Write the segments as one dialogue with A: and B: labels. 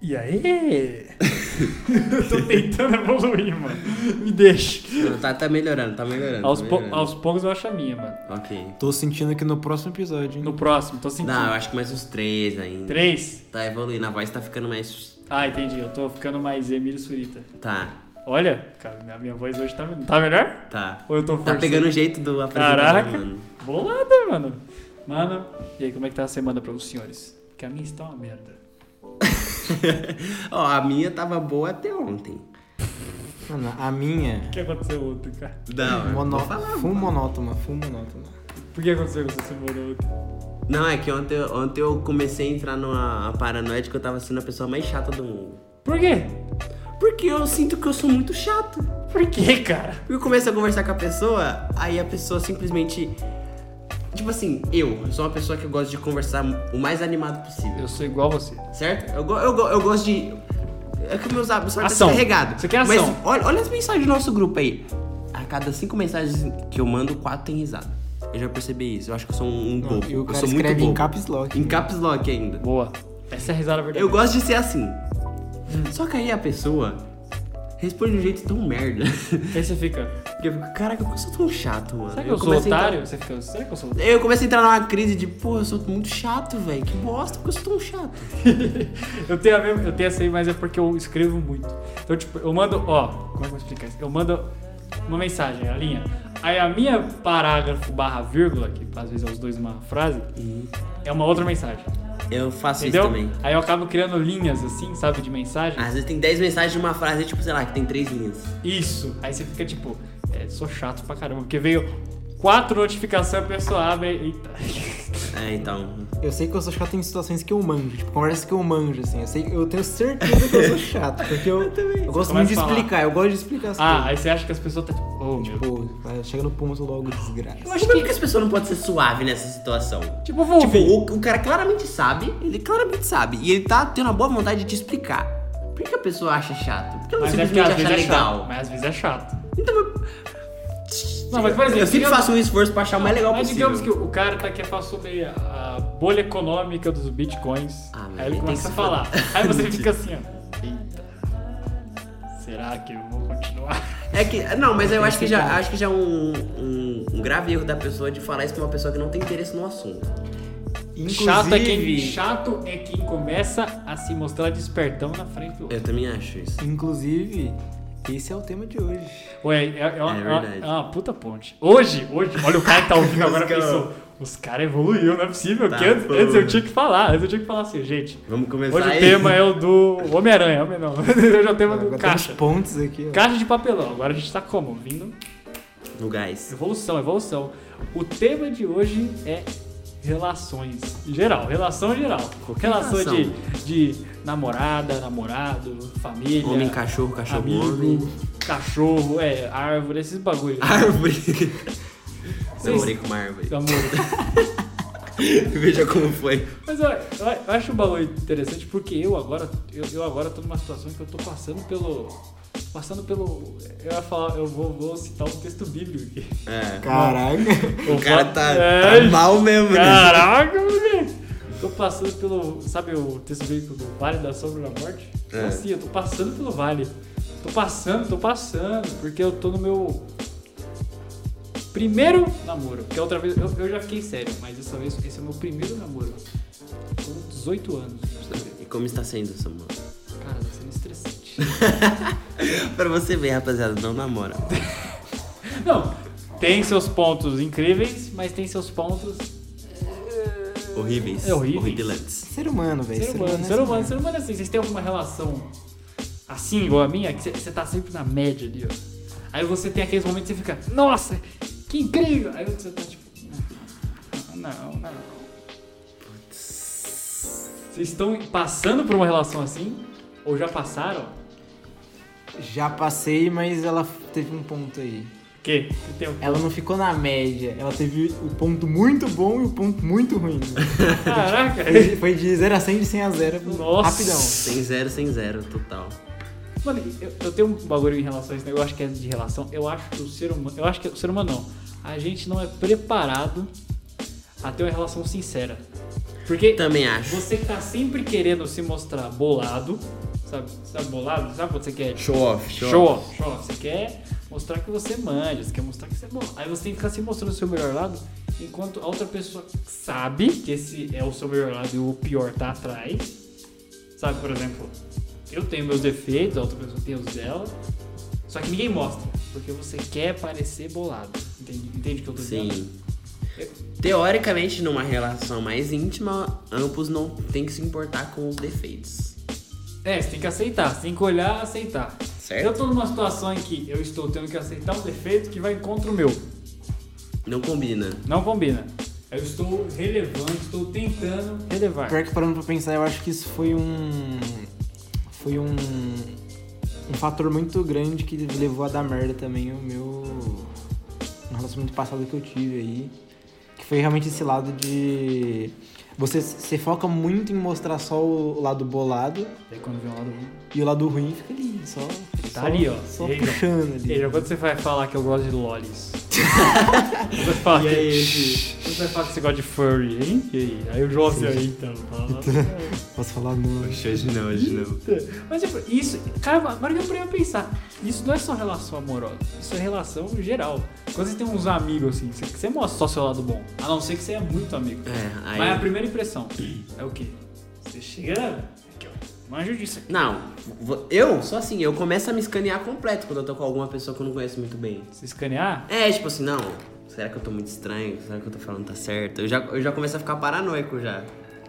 A: E aí? Eu tô tentando evoluir, mano. Me deixa.
B: Não, tá, tá melhorando, tá melhorando.
A: Aos,
B: tá
A: pou-
B: melhorando.
A: aos poucos eu acho a minha, mano.
B: Ok.
C: Tô sentindo aqui no próximo episódio, hein?
A: No próximo, tô sentindo.
B: Não, eu acho que mais uns três ainda.
A: Três?
B: Tá evoluindo, a voz tá ficando mais.
A: Ah, entendi. Eu tô ficando mais Emílio Surita.
B: Tá,
A: Olha, cara, minha, minha voz hoje tá, tá melhor?
B: tá.
A: Ou eu tô
B: Tá
A: forçando?
B: pegando o jeito do apresentador,
A: Caraca.
B: mano.
A: Bolada, mano. Mano, e aí, como é que tá a semana para os senhores? Que a minha está uma merda.
B: Ó, a minha tava boa até ontem.
C: Mano, a minha.
A: O que aconteceu ontem, cara?
B: Não,
C: Monó...
B: vou falar.
C: Full monótona, full monótona.
A: Por que aconteceu com essa semana ontem?
B: Não, é que ontem, eu- ontem eu comecei a entrar numa paranoia de que eu tava sendo a pessoa mais chata do mundo.
A: Por quê?
B: Porque eu sinto que eu sou muito chato.
A: Por quê, cara?
B: Eu começo a conversar com a pessoa, aí a pessoa simplesmente. Tipo assim, eu sou uma pessoa que eu gosto de conversar o mais animado possível,
A: Eu sou igual a você.
B: certo? Eu, go- eu, go- eu gosto de. É que meus hábitos tá
A: Ação.
B: descarregado.
A: Você quer ação.
B: Mas olha, olha as mensagens do nosso grupo aí. A cada cinco mensagens que eu mando, quatro tem risada. Eu já percebi isso. Eu acho que eu sou um, um bobo.
C: E o
B: eu
C: cara
B: sou muito
C: escreve em
B: bobo.
C: caps lock. né?
B: Em caps lock ainda.
A: Boa. Essa é a risada verdadeira.
B: Eu gosto de ser assim.
C: Hum.
B: Só que aí a pessoa responde de um jeito tão merda.
A: Aí você fica.
B: que eu fico, caraca, por que eu sou tão chato, mano?
A: Será que eu, sou
B: comecei a entrar-
A: otário? Você fica. Será que eu sou otário?
B: Eu comecei a entrar numa crise de, pô, eu sou muito chato, velho. Que bosta, porque eu sou tão chato.
A: eu tenho a mesma, eu tenho essa aí, mas é porque eu escrevo muito. Então, tipo, eu mando, ó, como é que eu vou explicar isso? Eu mando uma mensagem, a linha. Aí a minha parágrafo barra vírgula, que às vezes é os dois numa frase, é uma outra mensagem.
B: Eu faço
A: Entendeu?
B: isso também.
A: Aí eu acabo criando linhas assim, sabe, de mensagem.
B: Às vezes tem 10 mensagens de uma frase, tipo, sei lá, que tem três linhas.
A: Isso. Aí você fica tipo, é, sou chato pra caramba, porque veio quatro notificações, a pessoa abre. e- Eita.
B: É, então.
C: Eu sei que eu sou chato em situações que eu manjo, tipo, conversas que eu manjo, assim. Eu, sei, eu tenho certeza que eu sou chato, porque eu, eu gosto
A: Você
C: muito
A: começa
C: de
A: a falar.
C: explicar, eu gosto de explicar as
A: Ah, aí você acha que as pessoas tá tipo, oh, meu.
C: coisas. Tipo, vai- chega no ponto logo,
A: Eu
C: desgraça.
A: acho
B: Por que
A: que.
B: as pessoas não podem ser suave nessa situação?
A: Tipo, vou
B: Tipo,
A: ouvir.
B: o, o cara claramente sabe, ele claramente sabe, e ele tá tendo a boa vontade de te explicar. Por que a pessoa acha chato? Por que ela
A: Mas é porque
B: simplesmente
A: às
B: acha
A: vezes é
B: legal?
A: chato. Mas às vezes é chato.
B: Então,
A: Não, mas por exemplo,
B: eu sempre
A: digamos-
B: faço um esforço pra achar o mais legal
A: mas
B: possível.
A: digamos que o cara tá aqui falar sobre a bolha econômica dos bitcoins.
B: Ah, mas
A: aí ele
B: ele tem
A: começa a
B: que se
A: falar. Aí você fica assim, ó. Eita. Será que eu vou continuar?
B: É que, não, mas eu acho que já, acho que já é um, um, um grave erro da pessoa de falar isso pra uma pessoa que não tem interesse no assunto.
A: Chato é, quem,
C: Inclusive-
A: chato é quem começa a se mostrar despertão na frente do outro.
B: Eu também acho isso.
C: Inclusive, esse é o tema de hoje.
A: Ué, é, é uma,
B: É
A: é uma-
B: verdade.
A: é uma puta ponte. Hoje, hoje, olha o cara que tá ouvindo agora
B: Os caras-
A: pensou. Os caras evoluíram, não é possível.
B: Tá,
A: que antes,
B: pô.
A: antes eu tinha que falar, antes eu tinha que falar assim, gente.
B: Vamos começar
A: Hoje
B: aí.
A: o tema é o do Homem-Aranha, homem não. Hoje é o tema do
C: Agora
A: caixa.
C: tem uns pontos aqui, ó.
A: Caixa de papelão, agora a gente tá como? Vindo é
B: No gás.
A: evolução, evolução. O tema de hoje é relações em geral, relação em geral. Relação,
B: relação?
A: De, de namorada, namorado, família,
B: Homem, cachorro, cachorro,
A: amigo,
B: homem.
A: cachorro, é, árvore, esses né? bagulhos.
B: Árvore.
A: Vocês-
B: Eu morei com uma árvore.
A: Então. Amor.
B: Veja como foi.
A: Mas eu, eu- eu acho um bagulho interessante porque eu agora, eu, eu agora tô numa situação que eu tô passando pelo. Passando pelo. Eu ia falar, eu vou, vou citar um texto bíblico aqui.
B: É.
C: Caraca.
A: Eu
B: O cara
A: falo-
B: tá,
A: É,
B: tá mal mesmo, né?
A: Caraca, moleque! Tô passando pelo. Sabe o texto bíblico do Vale da Sombra da Morte?
B: É.
A: Assim, eu tô passando pelo vale. Tô passando, tô passando, porque eu tô no meu. Primeiro namoro. Porque a outra vez eu, eu já fiquei sério, mas dessa vez esse é o meu primeiro namoro. Com 18 anos. pra você ver.
B: E como está sendo, Samuel?
A: Cara, tá sendo estressante.
B: Pra você ver, rapaziada, não namora.
A: Não, tem seus pontos incríveis, mas tem seus pontos.
B: Horríveis.
A: É horríveis.
B: Horribilantes.
C: Ser humano, velho.
A: Ser humano, ser humano, ser humano é assim. Vocês têm alguma relação assim, igual a minha, que você- você tá sempre na média ali, ó. Aí você tem aqueles momentos que você fica, nossa, que incrível! Aí você tá tipo, não, não. Vocês estão passando por uma relação assim? Ou já passaram?
C: Já passei, mas ela teve um ponto aí.
A: Que? Tem um-
C: Ela não ficou na média. Ela teve o ponto muito bom e o ponto muito ruim.
A: Caraca!
C: Foi- Foi de 0 a 100, de 100 a 0.
A: Nossa.
C: Rapidão.
B: Sem zero, sem zero, total.
A: Mano, eu, eu tenho um bagulho em relação a esse negócio que é de relação. Eu acho que o ser humano. Eu acho que o ser humano não. A gente não é preparado a ter uma relação sincera. Porque
B: Também acho.
A: você tá sempre querendo se mostrar bolado, sabe? Sabe bolado? Sabe quando você quer
B: Show off, show,
A: Show,
B: off.
A: off, show. off. Você quer mostrar que você manja, você quer mostrar que você é bom. Aí você tem que ficar se mostrando o seu melhor lado, enquanto a outra pessoa sabe que esse é o seu melhor lado e o pior tá atrás. Sabe, por exemplo, eu tenho meus defeitos, a outra pessoa tem os dela. Só que ninguém mostra, porque você quer parecer bolado. Entende, entende o que eu tô dizendo?
B: Sim. Teoricamente, numa relação mais íntima, ambos não tem que se importar com os defeitos.
A: É, você tem que aceitar, você tem que olhar e aceitar.
B: Certo.
A: Eu tô numa situação em que eu estou tendo que aceitar um defeito que vai contra o meu.
B: Não combina.
A: Não combina. Eu estou relevando, estou tentando relevar.
C: Pior que parando pra pensar, eu acho que isso foi um. Foi um. Um fator muito grande que levou a dar merda também o meu. Um relacionamento passado que eu tive aí. Que foi realmente esse lado de. Você se foca muito em mostrar só o lado bolado
A: Aí quando vem o lado
C: e o lado ruim fica ali, só.
A: Tá
C: só-
A: ali, ó.
C: Só
A: Ele-
C: puxando ali.
A: Veja, quando você vai falar que eu gosto de lolis? Quando você fala que... Quando você vai falar que você gosta de furry, hein? E aí? Aí o João assim, aí, então. fala-
C: Posso falar não.
B: Hoje não, hoje não.
A: Mas tipo, isso... Cara, agora que eu parei pra pensar. Isso não é só relação amorosa. Isso é relação geral. Quando você tem uns amigos, assim, você, você mostra só seu lado bom. A não ser que você é muito amigo.
B: É, aí.
A: Mas a primeira impressão é o quê? Você chega... Aqui, ó. Manjo disso aqui.
B: Não, vo- eu sou assim, eu começo a me escanear completo quando eu tô com alguma pessoa que eu não conheço muito bem.
A: Se escanear,
B: É, tipo assim, não, será que eu tô muito estranho? Será que eu tô falando tá certo? Eu já, eu já começo a ficar paranoico já.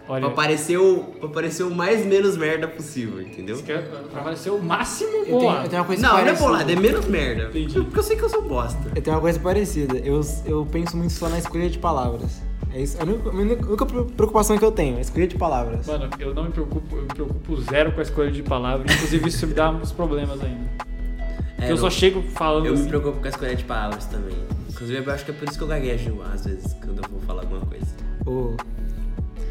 A: olha...
B: Pra parecer, o, pra parecer o mais menos merda possível, entendeu?
A: Você quer pra parecer o máximo
C: Eu tenho,
A: boa.
C: eu tenho uma coisa
B: Não, não é
C: parecida.
B: bolado, é menos merda.
A: Entendi.
B: Porque eu sei que eu sou bosta.
C: Eu tenho uma coisa parecida. Eu, eu penso muito só na escolha de palavras. É isso. A única, a única preocupação que eu tenho é a escolha de palavras.
A: Mano, eu não me preocupo, eu me preocupo zero com a escolha de palavra. Inclusive, isso me dá uns problemas ainda. Porque
B: É,
A: eu só
B: não.
A: chego falando
B: Eu me
A: assim.
B: preocupo com a escolha de palavras também. Inclusive, eu acho que é por isso que eu gaguejo às vezes quando eu vou falar alguma coisa.
C: Ou-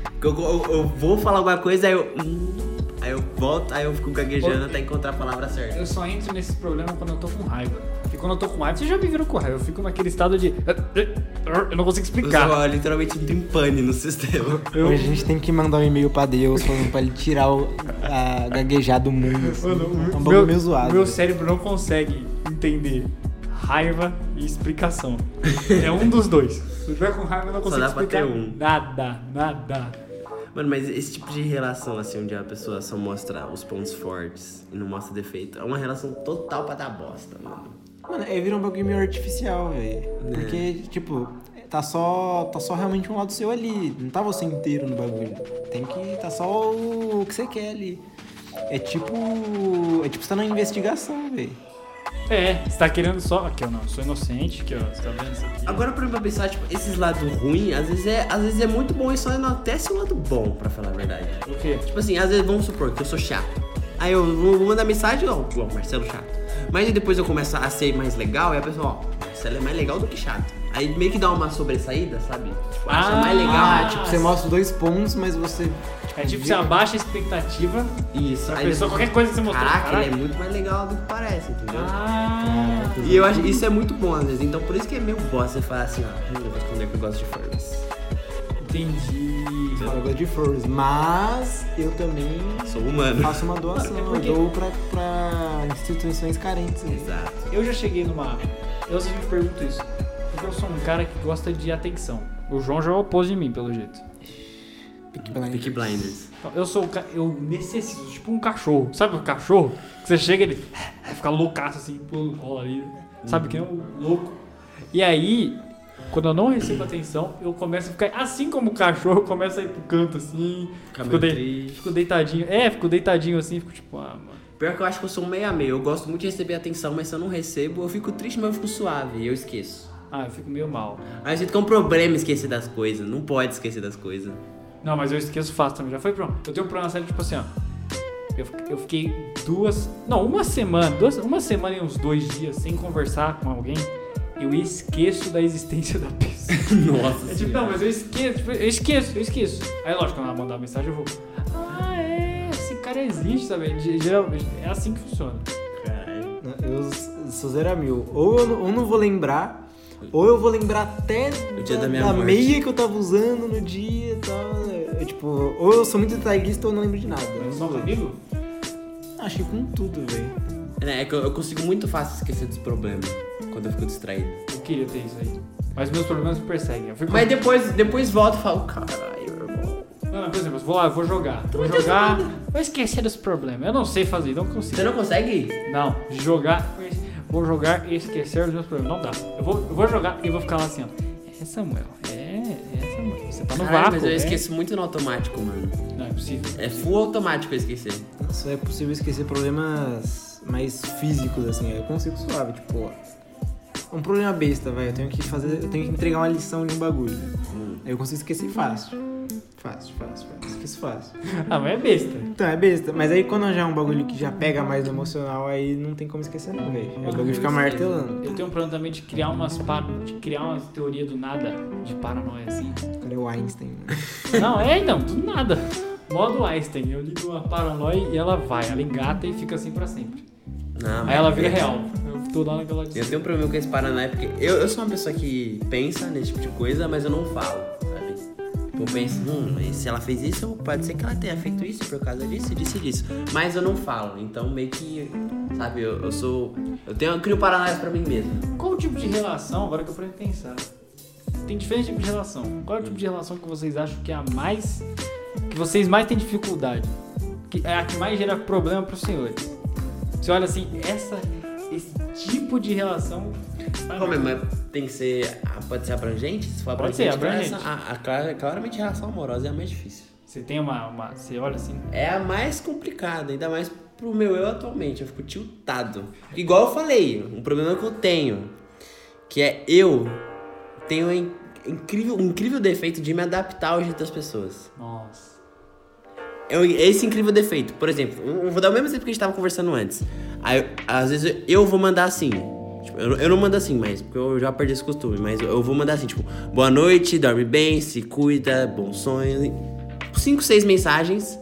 B: Porque eu, eu- eu vou falar alguma coisa, aí eu. hum, Aí eu volto, aí eu fico gaguejando até encontrar a palavra certa.
A: Eu só entro nesse problema quando eu tô com raiva. Porque quando eu tô com raiva, vocês já me viram com raiva. Eu fico naquele estado de. Eu não consigo
B: Eu
A: explicar.
B: só, literalmente entro em pane no sistema.
A: Eu-
C: Hoje a gente tem que mandar um e-mail pra Deus falando pra ele tirar o, a gaguejar do mundo. assim.
A: Mano,
C: é um
A: o
C: bagulho
A: meu,
C: meio zoado.
A: meu cérebro não consegue entender raiva e explicação. É um dos dois. Se eu tiver com raiva, eu não
B: Só
A: consigo
B: dá pra
A: explicar
B: ter um.
A: nada, nada.
B: Mano, mas esse tipo de relação, assim, onde a pessoa só mostra os pontos fortes e não mostra defeito, é uma relação total pra dar bosta, mano.
C: Mano, aí vira um bagulho meio artificial, velho. Porque, tipo, tá só, tá só realmente um lado seu ali. Não tá você inteiro no bagulho. Tem que. Tá só o, o que você quer ali. É tipo. É tipo você tá na investigação, velho.
A: É, você tá querendo só. Aqui, ó, não, eu sou inocente, aqui, ó, você tá vendo isso aqui?
B: Agora pra mim, pra pensar, tipo, esses lados ruins, às vezes é, às vezes é muito bom e só enaltece o lado bom, pra falar a verdade.
A: O quê?
B: Tipo assim, às vezes vamos supor que eu sou chato. Aí eu vou vou mandar mensagem, ó, pô, Marcelo chato. Mas aí depois eu começo a ser mais legal e a pessoa, ó, Marcelo é mais legal do que chato. Aí meio que dá uma sobressaída, sabe? Tipo, acha
A: Ah,
B: mais legal.
A: tipo,
C: Você mostra os dois pontos, mas você.
A: É tipo, você
C: vira-
A: abaixa a expectativa.
B: Isso,
A: pessoa,
B: aí depois-
A: qualquer coisa que você mostrou,
B: Caraca,
A: caraca.
B: ele é muito mais legal do que parece, entendeu?
A: Ah!
B: E eu acho isso é muito bom às vezes, então por isso que é meio bosta você falar assim, ó, "Hum, eu vou esconder que eu gosto de formas.
A: Entendi.
C: Fala, eu gosto um de flores. Mas eu também
B: Sou humano.
C: faço uma doação.
A: É porque-
C: Eu dou pra, pra instituições carentes. né?
B: Exato.
A: Eu já cheguei numa. Eu sempre me pergunto isso. Porque eu sou um cara que gosta de atenção. O João já é o oposto de mim, pelo jeito.
C: Peaky Blinders.
B: Peaky Blinders.
A: Então, eu sou o ca... Eu necessito, tipo um cachorro. Sabe o cachorro? Que você chega ele fica loucaço assim, pô, rola ali. Sabe
B: Uhum.
A: que é um louco. E aí, quando eu não recebo atenção, eu começo a ficar. Assim como o cachorro, eu começo a ir pro canto assim.
B: Fica
A: Fico,
B: meio
A: dei-
B: triste.
A: fico deitadinho. É, fico deitadinho assim, fico tipo, ah, mano.
B: Pior que eu acho que eu sou um meio a meio. Eu gosto muito de receber atenção, mas se eu não recebo, eu fico triste, mas eu fico suave e eu esqueço.
A: Ah, eu fico meio mal.
B: Aí eu sinto que é um problema esquecer das coisas. Não pode esquecer das coisas.
A: Não, mas eu esqueço fácil também. Já foi pronto. Eu tenho um problema sério, tipo assim, ó. Eu, fi- eu fiquei duas. Não, uma semana. Duas, uma semana e uns dois dias sem conversar com alguém. Eu esqueço da existência da pessoa.
B: Nossa
A: É tipo, não, mas eu esqueço. tipo, eu esqueço, eu esqueço. Aí, lógico, quando ela mandar uma mensagem, eu vou. Ah, é. Esse cara existe, sabe? Ge- Geralmente é assim que funciona.
B: tipo- Caralho.
C: Né? Eu s- sou zero a mil. Ou eu não, ou não vou lembrar, ou eu vou lembrar até
B: dia
C: da,
B: da minha
C: da
B: morte.
C: meia que eu tava usando no dia e tal. É eu, tipo, ou eu sou muito detalhista ou eu não lembro de nada.
A: Só comigo?
C: Acho que com tudo, velho.
B: É, é que eu, eu consigo muito fácil esquecer dos problemas quando eu fico distraído.
A: Eu queria ter isso aí. Mas meus problemas me perseguem. Eu fico...
B: Mas depois, depois volto e falo, caralho, irmão.
A: Não, não, por exemplo, eu vou lá, eu vou jogar. Vou jogar, vou esquecer dos problemas. Eu não sei fazer, não consigo.
B: Você não consegue?
A: Não, jogar, vou jogar e esquecer os meus problemas. Não dá. Eu vou, eu vou jogar e vou ficar lá assim, ó. É Samuel, é, é Samuel. Você tá no
B: Caralho,
A: vácuo.
B: mas eu
A: é.
B: esqueço muito no automático, mano.
A: Não, é possível.
B: É full automático eu esquecer.
C: Nossa, é possível esquecer problemas mais físicos, assim. Eu consigo suave, tipo, ó. Um problema besta, velho. Eu tenho que fazer. Eu tenho que entregar uma lição de um bagulho. Aí eu consigo esquecer fácil. Fácil, fácil, fácil. Esqueço fácil.
A: Ah, mas é besta.
C: Então, é besta. Mas aí quando já é um bagulho que já pega mais no emocional, aí não tem como esquecer, não, velho. Aí O bagulho fica martelando.
A: Eu tenho um problema também de criar umas par... de criar umas teorias do nada, de paranoia assim.
C: O cara é o Einstein, né?
A: Não, é então, do nada. Modo Einstein, eu ligo uma paranoia e ela vai, ela engata e fica assim pra sempre.
B: Ah,
A: Aí ela
B: mas-
A: vira real. Eu tô lá naquela
B: Eu tenho um problema com esse Paraná, porque eu, eu sou uma pessoa que pensa nesse tipo de coisa, mas eu não falo, sabe? Tipo, eu penso, hum, mas se ela fez isso, pode ser que ela tenha feito isso por causa disso, disso e disso. Mas eu não falo, então meio que, sabe, eu, eu sou. Eu tenho eu crio Paraná pra mim mesmo.
A: Qual o tipo de relação, agora que eu parei de pensar? Tem diferentes tipos de relação. Qual é o tipo de relação que vocês acham que é a mais. que vocês mais têm dificuldade? Que é a que mais gera problema pros senhores? Você olha assim, essa, esse tipo de relação.
B: Como é, mas tem que ser. ah, Pode ser abrangente? Se for
A: Pode ser,
B: abrangente,
A: abrangente.
B: relação- ah, ah, clara- claramente relação amorosa é a mais difícil.
A: Você tem uma, uma. Você olha assim.
B: É a mais complicada, ainda mais pro meu eu atualmente. Eu fico tiltado. Igual eu falei, um problema que eu tenho, que é eu tenho um in- incrível, um incrível defeito de me adaptar ao jeito das pessoas.
A: Nossa.
B: Eu, esse incrível defeito, por exemplo, eu eu vou dar o mesmo exemplo que a gente tava conversando antes. Aí, eu- às vezes eu, eu vou mandar assim. Tipo, eu, eu não mando assim mais, porque eu já perdi esse costume, mas eu, eu vou mandar assim, tipo, boa noite, dorme bem, se cuida, bons sonhos. Cinco, seis mensagens.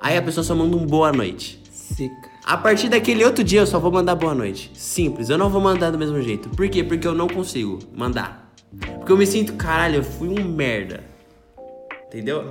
B: Aí a pessoa só manda um boa noite.
C: Seca.
B: A partir daquele outro dia eu só vou mandar boa noite. Simples, eu não vou mandar do mesmo jeito. Por quê? Porque eu não consigo mandar. Porque eu me sinto, caralho, eu fui um merda. Entendeu?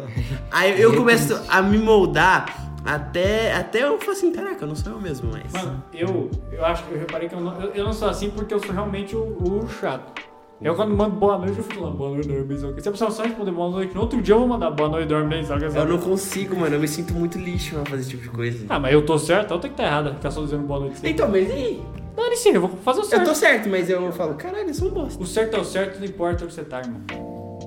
B: Aí eu começo a me moldar até, até eu falo assim, caraca, eu não sou eu mesmo mais.
A: Mano, eu, eu acho que eu reparei que eu não, eu, eu não sou assim porque eu sou realmente o, o chato. Eu quando mando boa noite, eu fico lá, boa noite, dorme bem, sabe o quê? Se a pessoa só responder boa noite, no outro dia eu vou mandar boa noite, dorme bem, sabe o quê?
B: Eu não consigo, mano, eu me sinto muito lixo pra fazer esse tipo de coisa.
A: Ah, mas eu tô certo, eu tenho que tá errada, ficar só dizendo boa noite. sempre.
B: Então, mas e aí?
A: Não, ele sim, eu vou fazer o
B: Eu
A: certo.
B: tô certo, mas eu falo, caralho, eu sou um bosta.
A: O certo é o certo, não importa onde você tá, irmão.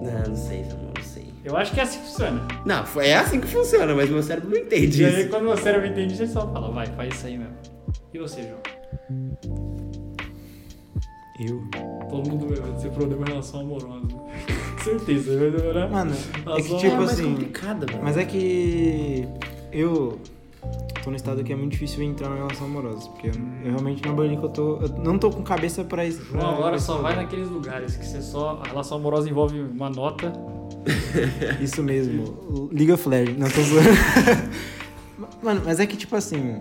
B: Não, não sei, Samuel, não sei.
A: Eu acho que é assim que funciona.
B: Não, é assim que funciona, mas meu cérebro não entende
A: E aí,
B: isso.
A: quando o cérebro entende, você só fala, vai, faz isso aí mesmo. E você, João?
C: Eu?
A: Todo mundo vai ter problema em relação amorosa. Certeza, vai demorar.
C: Mano, é que
A: Nossa,
C: tipo
B: é mais
C: assim.
B: complicado, mano.
C: Mas é que eu tô num estado que é muito difícil eu entrar numa relação amorosa, porque eu, eu realmente não é um bagulho que eu tô. Eu não tô com cabeça pra isso.
A: João agora só vai naqueles lugares que você só. A relação amorosa envolve uma nota.
C: Isso mesmo. League of Legends. Não, tô zoando. Mano, mas é que tipo assim.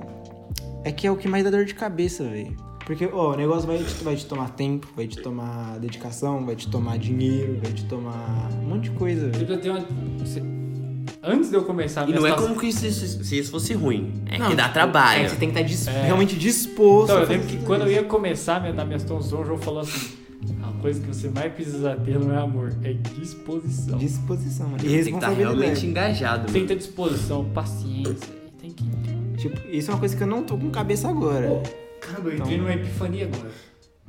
C: É que é o que mais dá dor de cabeça, velho. Porque, ó, o negócio vai te, vai te tomar tempo, vai te tomar dedicação, vai te tomar dinheiro, vai te tomar um monte de coisa,
A: Você
C: velho.
A: precisa ter uma. você- Antes de eu começar a
B: E
A: minha
B: não é
A: situação-
B: como que isso, isso- se isso fosse ruim. É
C: Não,
B: que tá dá
C: tipo,
B: trabalho.
C: É, você tem que estar dis-
A: É.
C: realmente disposto.
A: Então,
C: a
A: eu
C: fazer
A: lembro que quando eu ia começar a me- na minha situação, o João falou assim: a coisa que você mais precisa ter não é amor, é disposição.
C: Disposição, mano. E
B: Tem que estar
C: responsabilidade.
B: realmente engajado.
A: Tem
B: mano.
A: que ter disposição, paciência. e Tem que.
C: Tipo, isso é uma coisa que eu não tô com cabeça agora.
A: Caramba,
C: Então.
A: eu entrei numa epifania agora.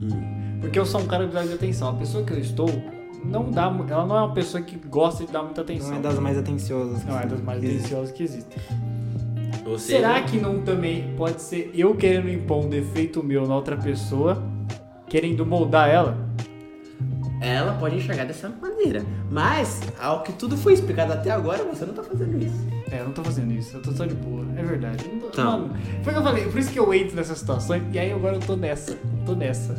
C: Hum.
A: Porque eu sou um cara que precisa de atenção. A pessoa que eu estou, não dá, mu- ela não é uma pessoa que gosta de dar muita atenção.
C: Não é das mais atenciosas.
A: Não é das mais
C: Existe. é.
A: deliciosas que existem.
B: Ou seja,
A: Será que não também pode ser eu querendo impor um defeito meu na outra pessoa, querendo moldar ela?
B: ela pode enxergar dessa maneira. Mas, ao que tudo foi explicado até agora, você não tá fazendo isso.
A: É, eu não tô fazendo isso, eu tô só de boa, é verdade. Eu não tô-
B: Tá.
A: Mano, foi o que eu falei, por isso que eu entro nessas situações, e aí agora eu tô nessa, tô nessa.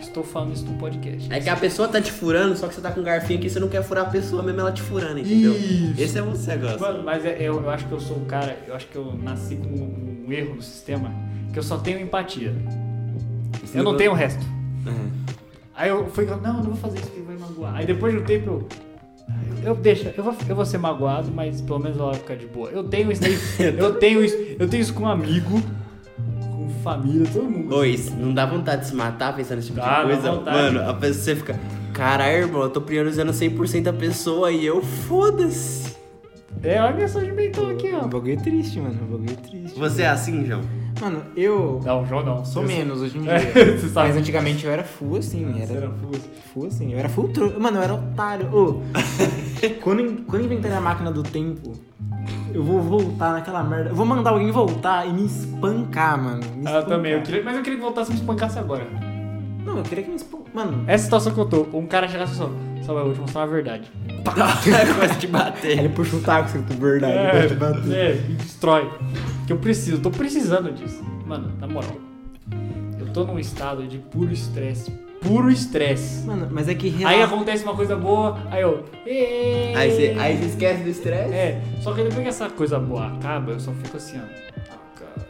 A: Estou falando isso no podcast.
B: É que a pessoa tá te furando, só que você tá com um garfinho aqui e você não quer furar a pessoa mesmo ela te furando, entendeu?
A: Isso.
B: Esse é um negócio.
A: Mano, mas é- eu, eu acho que eu sou um cara, eu acho que eu nasci com um, um erro no sistema, que eu só tenho empatia. Eu não tenho o resto.
C: Uhum.
A: Aí eu fui, não, eu não vou fazer isso, porque vai magoar. Aí depois de um tempo eu. ah, Eu eu deixa, eu vou, eu vou ser magoado, mas pelo menos ela vai ficar de boa. Eu tenho isso, daí- eu tenho isso, eu tenho isso com um amigo, com família, todo mundo.
B: Oi, não dá vontade de se matar pensando nesse tipo
A: Dá, dá
B: de coisa?
A: vontade.
B: Mano, a pessoa você fica. Caralho, irmão, eu tô priorizando 100% a pessoa e eu foda-se.
A: É, olha a mensagem mental aqui,
C: O
A: ó.
C: bagulho é triste, mano. O bagulho é triste.
B: Você é assim, João?
C: Mano, eu
A: Não, João não.
C: sou
A: Eu
C: menos hoje em dia.
A: Você sabe.
C: Mas antigamente eu era full assim.
A: Você
C: Era
A: era full.
C: full assim. Eu era full tro... Mano, eu era otário. Ô, quando, quando inventarem a máquina do tempo, eu vou voltar naquela merda. Eu vou mandar alguém voltar e me espancar, mano. Me
A: Ah, Eu também, eu
C: espancar.
A: queria, mas eu queria que voltasse e me espancasse agora.
C: Não, eu queria que me espancasse. Mano,
A: Essa situação que eu tô, um cara chegasse e só, Samuel, eu vou te mostrar uma verdade.
B: Gosta de
C: Aí
B: bater.
C: ele puxa um taco, assim, verdade. vai te bater.
A: é, me destrói. Que eu preciso, eu tô precisando disso. Mano, na moral, eu tô num estado de puro estresse. Puro estresse.
C: Mano, mas é que
A: Aí
C: real.
A: acontece uma coisa boa, aí eu. "Ê".
B: Aí você, aí você esquece do estresse?
A: É, só que depois que essa coisa boa acaba, eu só fico assim, ó. "Ah, cara,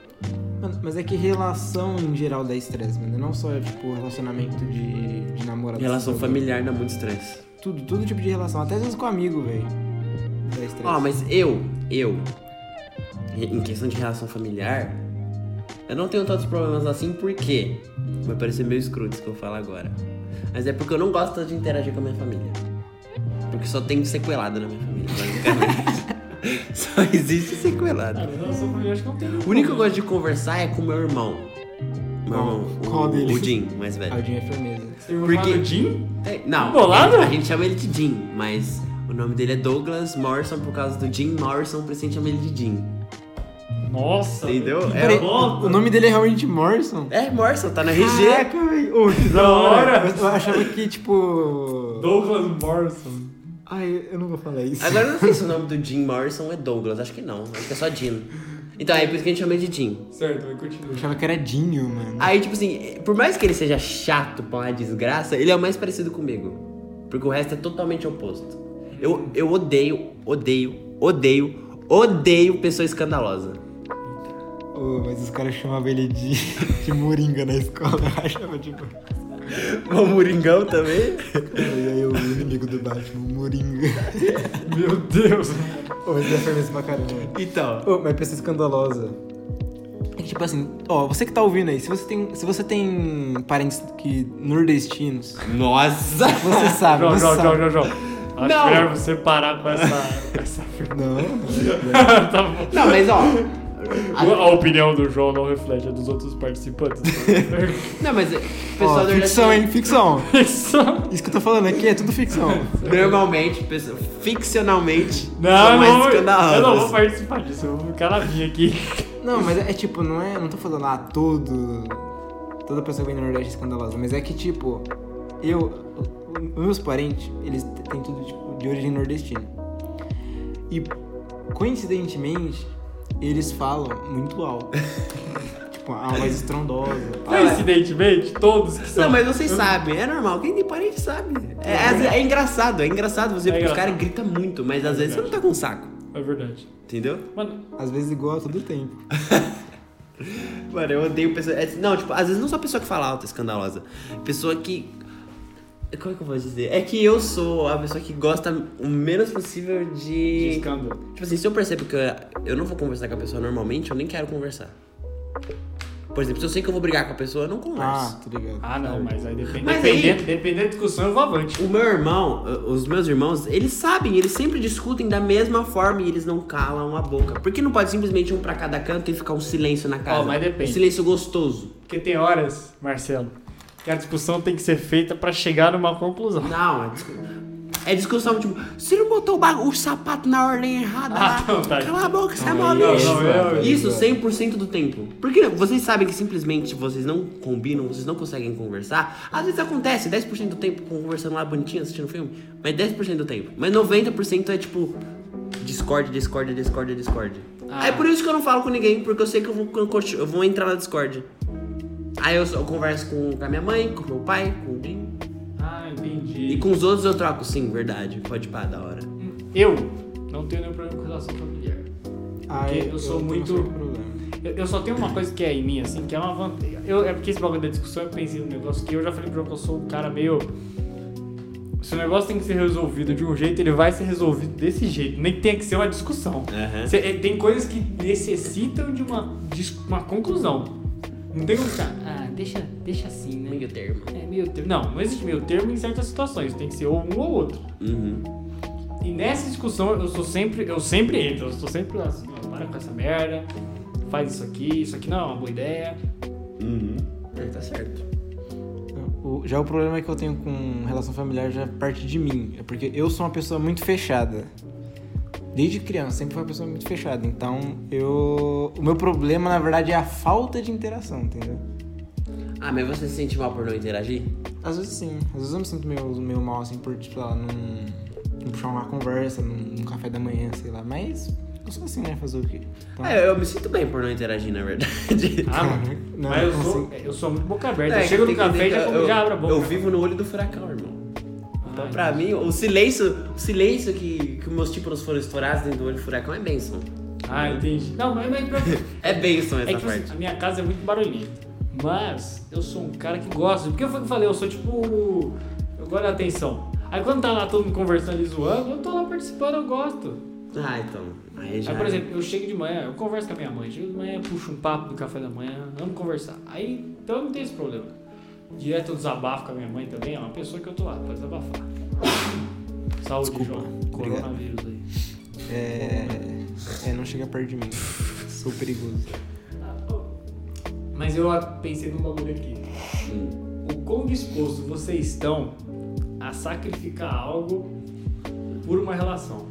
C: Mano, mas é que relação em geral dá estresse, mano. Não só, tipo, relacionamento de, de namorado.
B: Relação
C: assim,
B: familiar dá muito estresse.
C: Tudo, todo tipo de relação. Até às vezes com amigo, velho. Dá estresse.
B: Ó, Ah, mas eu, eu, em questão de relação familiar, eu não tenho tantos problemas assim porque. Vai parecer meio escroto isso que eu falo agora. Mas é porque eu não gosto de interagir com a minha família. Porque só tem sequelado na minha família, basicamente. só existe sequelado.
A: Cara, eu sou- eu acho que não tem.
B: O único que eu gosto de conversar é com meu irmão. Meu
C: Qual-
B: irmão, o-
C: qual deles?
B: o Jim, mais velho.
C: Ah, o Dinho é firmeza.
B: porque-
A: Porque... Jim?
B: É, Não,
A: Bolado?
B: ele- a gente chama ele de Jim, mas o nome dele é Douglas Morrison por causa do Jim Morrison, por isso a gente chama ele de Jim.
A: Nossa.
B: Entendeu?
A: que
B: É,
C: Peraí,
A: bosta.
C: o nome dele é realmente Morrison?
B: É, Morrison, tá na RG.
C: velho. Ô, que
A: Da hora.
C: Eu achava que, tipo.
A: Douglas Morrison.
C: Ai, eu não vou falar isso.
B: Agora eu não sei se o nome do Jim Morrison é Douglas, acho que não, acho que é só Jim. Então é por isso que a gente chama ele de Jim.
A: Certo, vai
C: Eu
A: continuar.
C: achava que era Dinho, mano.
B: Aí, tipo assim, por mais que ele seja chato pra uma desgraça, ele é o mais parecido comigo. Porque o resto é totalmente oposto. Eu, eu odeio, odeio, odeio, odeio pessoa escandalosa.
C: Ô, mas os caras chamavam ele de, de Moringa na escola. Eu achava, tipo.
B: O Moringão também.
C: E aí o inimigo do Batman, o Moringa.
A: Meu Deus.
C: Ô, mas ele é firmeza pra caramba.
B: Então,
C: Ô, mas pessoa escandalosa. É que, tipo assim, ó, você que tá ouvindo aí, se você tem, se você tem parentes que nordestinos,
B: Nossa!
C: você sabe,
A: João,
C: você
A: João,
C: sabe.
A: João, João, João. Acho
B: Ah, Não.
A: melhor você parar com essa. com essa...
C: Não,
A: tá bom.
B: Não, mas ó.
A: A opinião do João não reflete a dos outros participantes.
B: Não, mas. o Pessoal
C: ó,
B: do
C: ficção, hein, ficção.
A: Isso.
C: Isso que eu tô falando aqui é tudo ficção.
B: Normalmente, pessoa- ficcionalmente,
A: Não,
B: são
A: eu
B: mais
A: não, vou- eu não vou
B: escandalosas.
A: participar disso. Eu vou ficar na minha aqui.
C: Não, mas é, é tipo, não é, não tô falando, ah, todo, toda pessoa que vem do Nordeste é escandalosa, mas é que, tipo, eu, o- os meus parentes, eles t- têm tudo, tipo, de origem nordestina. E, coincidentemente, eles falam muito alto. tipo, a voz estrondosa. pá.
A: Coincidentemente, todos que são.
B: Não, mas vocês sabem, é normal, quem tem parente sabe. É, é- é engraçado, é engraçado você,
A: É
B: porque os
A: engraçado.
B: caras gritam muito, mas às vezes você não tá com saco,
A: É verdade.
B: entendeu?
A: Mano,
C: Às vezes igual a todo tempo.
B: Mano, eu odeio pessoa. é- não, tipo, às vezes não só pessoa que fala alto é escandalosa, pessoa que. Como é que eu vou dizer? É que eu sou a pessoa que gosta o menos possível
A: de
B: de.
A: escândalo.
B: Tipo assim, se eu percebo que eu, eu não vou conversar com a pessoa normalmente, eu nem quero conversar. Por exemplo, se eu sei que eu vou brigar com a pessoa, eu não converso.
C: Ah, tá ligado.
A: Ah, não, mas aí depende.
B: Mas aí-
A: dependendo, dependendo da discussão, eu vou avante.
B: O meu irmão, eh, os meus irmãos, eles sabem, eles sempre discutem da mesma forma e eles não calam a boca. Por que não pode simplesmente um pra cada canto e ficar um silêncio na casa?
A: Ó, mas depende.
B: Um silêncio gostoso.
A: Porque tem horas, Marcelo, que a discussão tem que ser feita pra chegar numa conclusão.
B: Não, é, discu- é discussão tipo, você não botou o, bagu- o sapato na ordem errada
A: Ah,
B: lá.
A: não, tá.
B: Cala a boca, você é
C: Não,
B: mal
C: não,
B: bicho.
A: não,
C: tá
A: eu-
B: Isso 100% do tempo. Porque vocês sabem que simplesmente vocês não combinam, vocês não conseguem conversar. Às vezes acontece, 10% do tempo conversando lá bonitinho, assistindo filme, mas 10% do tempo. Mas 90% é tipo Discord, Discord, Discord, Discord.
A: Ah.
B: É por isso que eu não falo com ninguém, porque eu sei que eu vou, co- eu vou entrar na Discord. Aí eu, só- eu converso com, com a minha mãe, com meu pai, com o Jim.
A: Ah, entendi.
B: E com os outros eu troco, sim, verdade. Pode pá, da hora.
A: Eu não tenho nenhum problema com relação familiar.
C: Ah,
A: Porque eu sou
C: tenho
A: muito-
C: um sério problema.
A: Eu, eu só tenho uma coisa que é em mim, assim, que é uma vantagem. Eu, é porque esse bagulho da discussão eu pensei no negócio que eu já falei pro João que eu sou um cara meio. um Se o negócio tem que ser resolvido de um jeito, ele vai ser resolvido desse jeito. Nem que tenha que ser uma discussão.
B: Aham.
A: Cê- é, tem coisas que necessitam de uma, dis- uma conclusão. Não tem como ficar, ah, deixa, deixa assim, né?
B: Meio termo.
A: É meio termo. Não, não existe meio termo em certas situações. Tem que ser ou um ou outro.
B: Uhum.
A: E nessa discussão eu sou sempre, eu sempre entro, eu sou sempre assim, ó, para com essa merda, faz isso aqui, isso aqui não é uma boa ideia.
B: Uhum. É, tá certo.
C: O- Já o problema que eu tenho com relação familiar já parte de mim. É porque eu sou uma pessoa muito fechada. Desde criança, sempre fui uma pessoa muito fechada. Então, eu. O meu problema, na verdade, é a falta de interação, entendeu?
B: Ah, mas você se sente mal por não interagir?
C: Às vezes sim. Às vezes eu me sinto meio, meio mal, assim, por, tipo, sei lá, num, num puxar uma conversa, num, num café da manhã, sei lá. Mas eu sou assim, né? Fazer o quê? Então,
A: É,
B: Ah, eu, eu me sinto bem por não interagir, na verdade.
A: Ah, mano.
C: Uhum. Não,
A: Mas eu
C: não
A: sou, eu sou muito boca aberta. eu
B: É,
A: chego
B: tem
A: no
B: que
A: café e
B: tentar-
A: já, como-
B: eu-
A: já abro a boca. Ah,
B: Eu vivo no olho do furacão, irmão. Então,
A: Ai,
B: pra mim, o silêncio, o silêncio que, que meus tímpanos foram estourados dentro do olho do furacão é bênção.
A: Ah, entendi. Não, mas, mas
B: É bênção
A: é
B: essa
A: que tipo assim,
B: parte.
A: a minha casa é muito barulhenta. Mas eu sou um cara que gosta. Porque foi o que eu falei, eu sou tipo. Eu gosto da atenção. Aí quando tá lá todo mundo conversando e zoando, eu tô lá participando, eu gosto.
B: Ah, então. Aí já.
A: Aí, por exemplo, eu chego de manhã, eu converso com a minha mãe. Chego de manhã, puxo um papo do café da manhã, vamos conversar. Aí, então eu não tenho esse problema. Direto eu desabafo com a minha mãe também, é uma pessoa que eu tô lá pra desabafar. Saúde,
C: Desculpa.
A: João.
C: Obrigado.
A: Coronavírus aí.
C: É, é, não chega perto de mim. Sou perigoso.
A: Mas eu pensei num bagulho aqui.
B: Hum.
A: O quão disposto vocês estão a sacrificar algo por uma relação?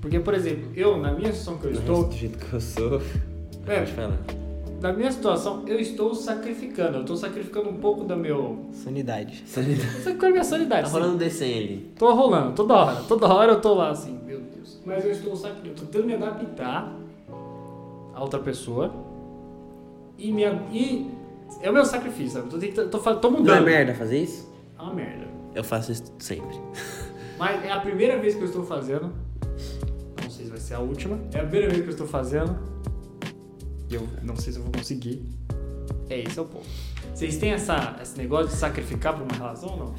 A: Porque, por exemplo, eu, na minha situação que eu estou,
B: é Do jeito que eu sou.
A: É.
B: Pode falar.
A: na minha situação, eu estou sacrificando. Eu estou sacrificando um pouco do meu.
C: Sanidade.
B: Sanidade.
A: Sacrificando minha sanidade.
B: Tá
A: sim.
B: rolando um desenho ali.
A: Tô rolando, toda hora, toda hora eu tô lá assim, meu Deus. Mas eu estou sacrificando, eu tô tentando me adaptar a outra pessoa e me. ad- E é o meu sacrifício, sabe? Eu Tô, tentando, tô, fa- tô
B: Não é
A: mudando.
B: merda fazer isso?
A: É uma merda.
B: Eu faço isso sempre.
A: Mas é a primeira vez que eu estou fazendo. Não sei se vai ser a última. É a primeira vez que eu estou fazendo. E eu não sei se eu vou conseguir. É esse é o ponto. Vocês têm essa, esse negócio de sacrificar por uma relação ou não?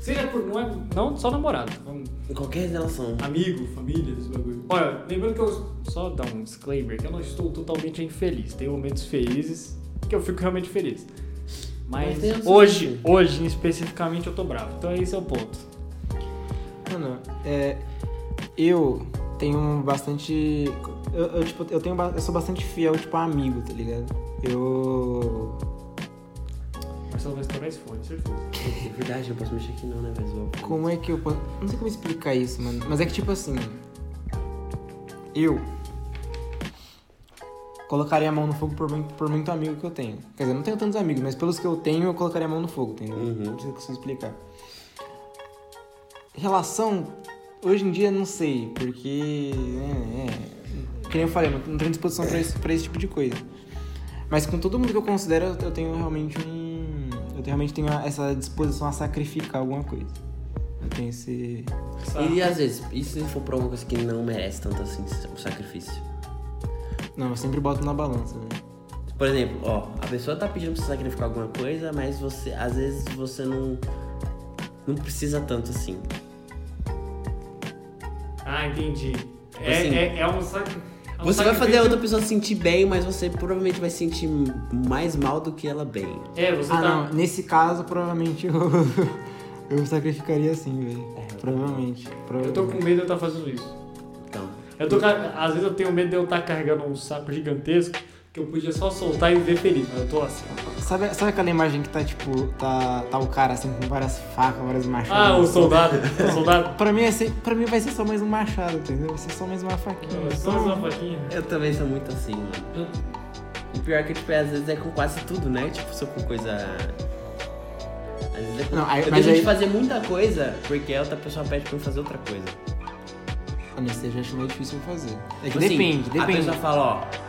A: Seja por. Não, é, não só namorado. Vamos
B: Em qualquer relação.
A: Amigo, família, esse bagulho. Olha, lembrando que eu. Só dar um disclaimer: que eu não estou totalmente infeliz. Tem momentos felizes que eu fico realmente feliz. Mas
B: Mas tem uns
A: hoje,
B: momentos-
A: hoje especificamente eu tô bravo. Então esse é o ponto.
C: Mano, é, eu tenho bastante. Eu, eu, tipo, eu, tenho, ba- eu sou bastante fiel, tipo, a amigo, tá ligado? Eu.
A: Marcelo vai estourar esse fone, certeza.
B: É verdade, eu posso mexer aqui não, né? Mas vou.
C: Como é que eu posso. Não sei como explicar isso, mano. Mas é que, tipo assim. Eu. Colocaria a mão no fogo por, mui- por muito amigo que eu tenho. Quer dizer, eu não tenho tantos amigos, mas pelos que eu tenho, eu colocaria a mão no fogo, entendeu?
B: Uhum.
C: Não precisa consigo explicar. Relação. Hoje em dia, não sei, porque. É, é, que nem eu falei, não, não tenho disposição pra esse, pra esse tipo de coisa. Mas com todo mundo que eu considero, eu, eu tenho realmente um. Eu realmente tenho essa disposição a sacrificar alguma coisa. Eu tenho esse.
A: Essa-
B: E às vezes, e se for pra uma coisa que não merece tanto assim o sacrifício?
C: Não, eu sempre boto na balança, né?
B: Por exemplo, ó, a pessoa tá pedindo pra você sacrificar alguma coisa, mas você, às vezes você não não precisa tanto assim.
A: Ah, entendi. É,
B: Assim,
A: é, é um sac... é um
B: Você vai fazer a
A: sacrifício-
B: outra pessoa se sentir bem, mas você provavelmente vai se sentir mais mal do que ela bem.
A: É, você
C: Ah,
A: tá.
C: não. Nesse caso, provavelmente eu. eu sacrificaria sim, velho. Provavelmente.
A: É, Eu tô com medo
C: provavelmente.
A: de eu estar fazendo isso.
B: Então,
A: Eu tô, ca- às vezes eu tenho medo de eu estar carregando um saco gigantesco que eu podia só soltar e viver feliz, mas eu tô assim.
C: Sabe, sabe aquela imagem que tá tipo. Tá, tá o cara assim com várias facas, várias machadas?
A: Ah, o soldado, o soldado.
C: Pra mim, é ser, pra mim vai ser só mais um machado, entendeu? Vai ser só mais uma faquinha.
A: É Só
C: Então,
A: uma faquinha.
B: eu também sou muito assim, mano. O pior é que, tipo, às vezes é com quase tudo, né? Tipo, sou com coisa. Às vezes é com...
C: Não, aí-
B: eu
C: mas
B: deixo
C: aí-
B: de fazer muita coisa porque a outra pessoa pede pra eu fazer outra coisa.
C: Olha, você já acho meio difícil eu fazer. É que
B: Tipo assim,
C: depende,
B: A
C: depende.
B: pessoa fala, ó.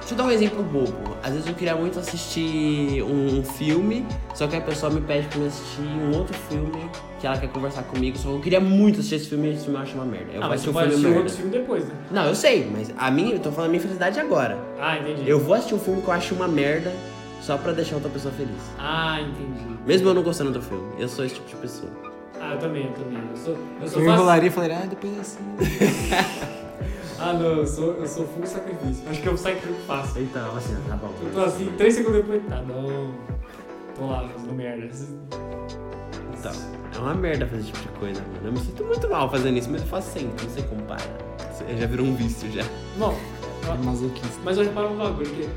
B: Deixa eu dar um exemplo bobo. Às vezes eu queria muito assistir um filme, só que a pessoa me pede pra eu assistir um outro filme que ela quer conversar comigo. Só que eu queria muito assistir esse filme e esse filme eu acho uma merda. Eu
A: Ah,
B: vou
A: mas você
B: assistir um
A: pode
B: filme
A: assistir
B: merda.
A: outro filme depois, né?
B: Não, eu sei, mas a minha, eu tô falando a minha felicidade agora.
A: Ah, entendi.
B: Eu vou assistir um filme que eu acho uma merda só pra deixar outra pessoa feliz.
A: Ah, entendi.
B: Mesmo eu não gostando do filme, eu sou esse tipo de pessoa.
A: Ah, eu também, eu também. Eu sou, eu sou
C: Eu
A: fácil-
C: enrolaria e falaria, ah, depois é assim.
A: Ah, não, eu sou, eu sou full sacrifício. Acho que eu sacrifico fácil.
B: Eita, a vacina, tá bom.
A: Eu tô assim, três segundos depois. Ah, não. Tô lá fazendo merda.
B: Então, é uma merda fazer esse tipo de coisa, mano. Eu me sinto muito mal fazendo isso, mas eu faço sempre, não sei como para. Isso Já virou um vício já.
A: Bom,
C: É masoquista.
A: mas eu reparo um bagulho que.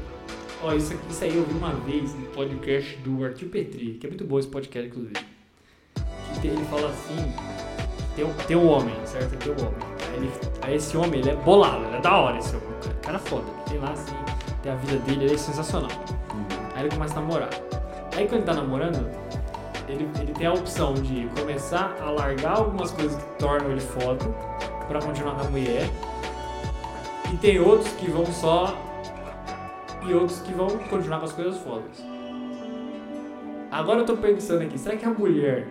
A: Ó, isso, aqui- isso aí eu vi uma vez no podcast do Arthur Petri, que é muito bom esse podcast, inclusive. Que tem- ele fala assim: tem um, tem um homem, certo? Tem um homem. Aí, ele- aí esse homem, ele é bolado, ele é da hora esse homem. Cara, cara é foda, ele tem lá assim, tem a vida dele, ele é sensacional. Aí ele começa a namorar. Aí quando ele tá namorando, ele, ele tem a opção de começar a largar algumas coisas que tornam ele foda pra continuar com a mulher. E tem outros que vão só. E outros que vão continuar com as coisas fodas. Agora eu tô pensando aqui, será que a mulher,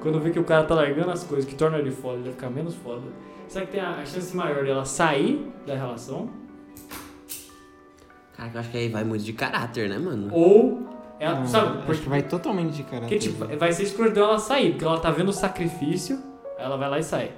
A: quando vê que o cara tá largando as coisas que tornam ele foda, ele vai ficar menos foda? Será que tem a a chance maior dela sair da relação?
B: Cara, eu acho que aí vai muito de caráter, né, mano?
A: Ou ela.
C: Não,
A: É, sabe?
C: acho que vai totalmente de cara.
A: Porque, tipo, vai ser escrotão ela sair, porque ela tá vendo o sacrifício, aí ela vai lá e sai.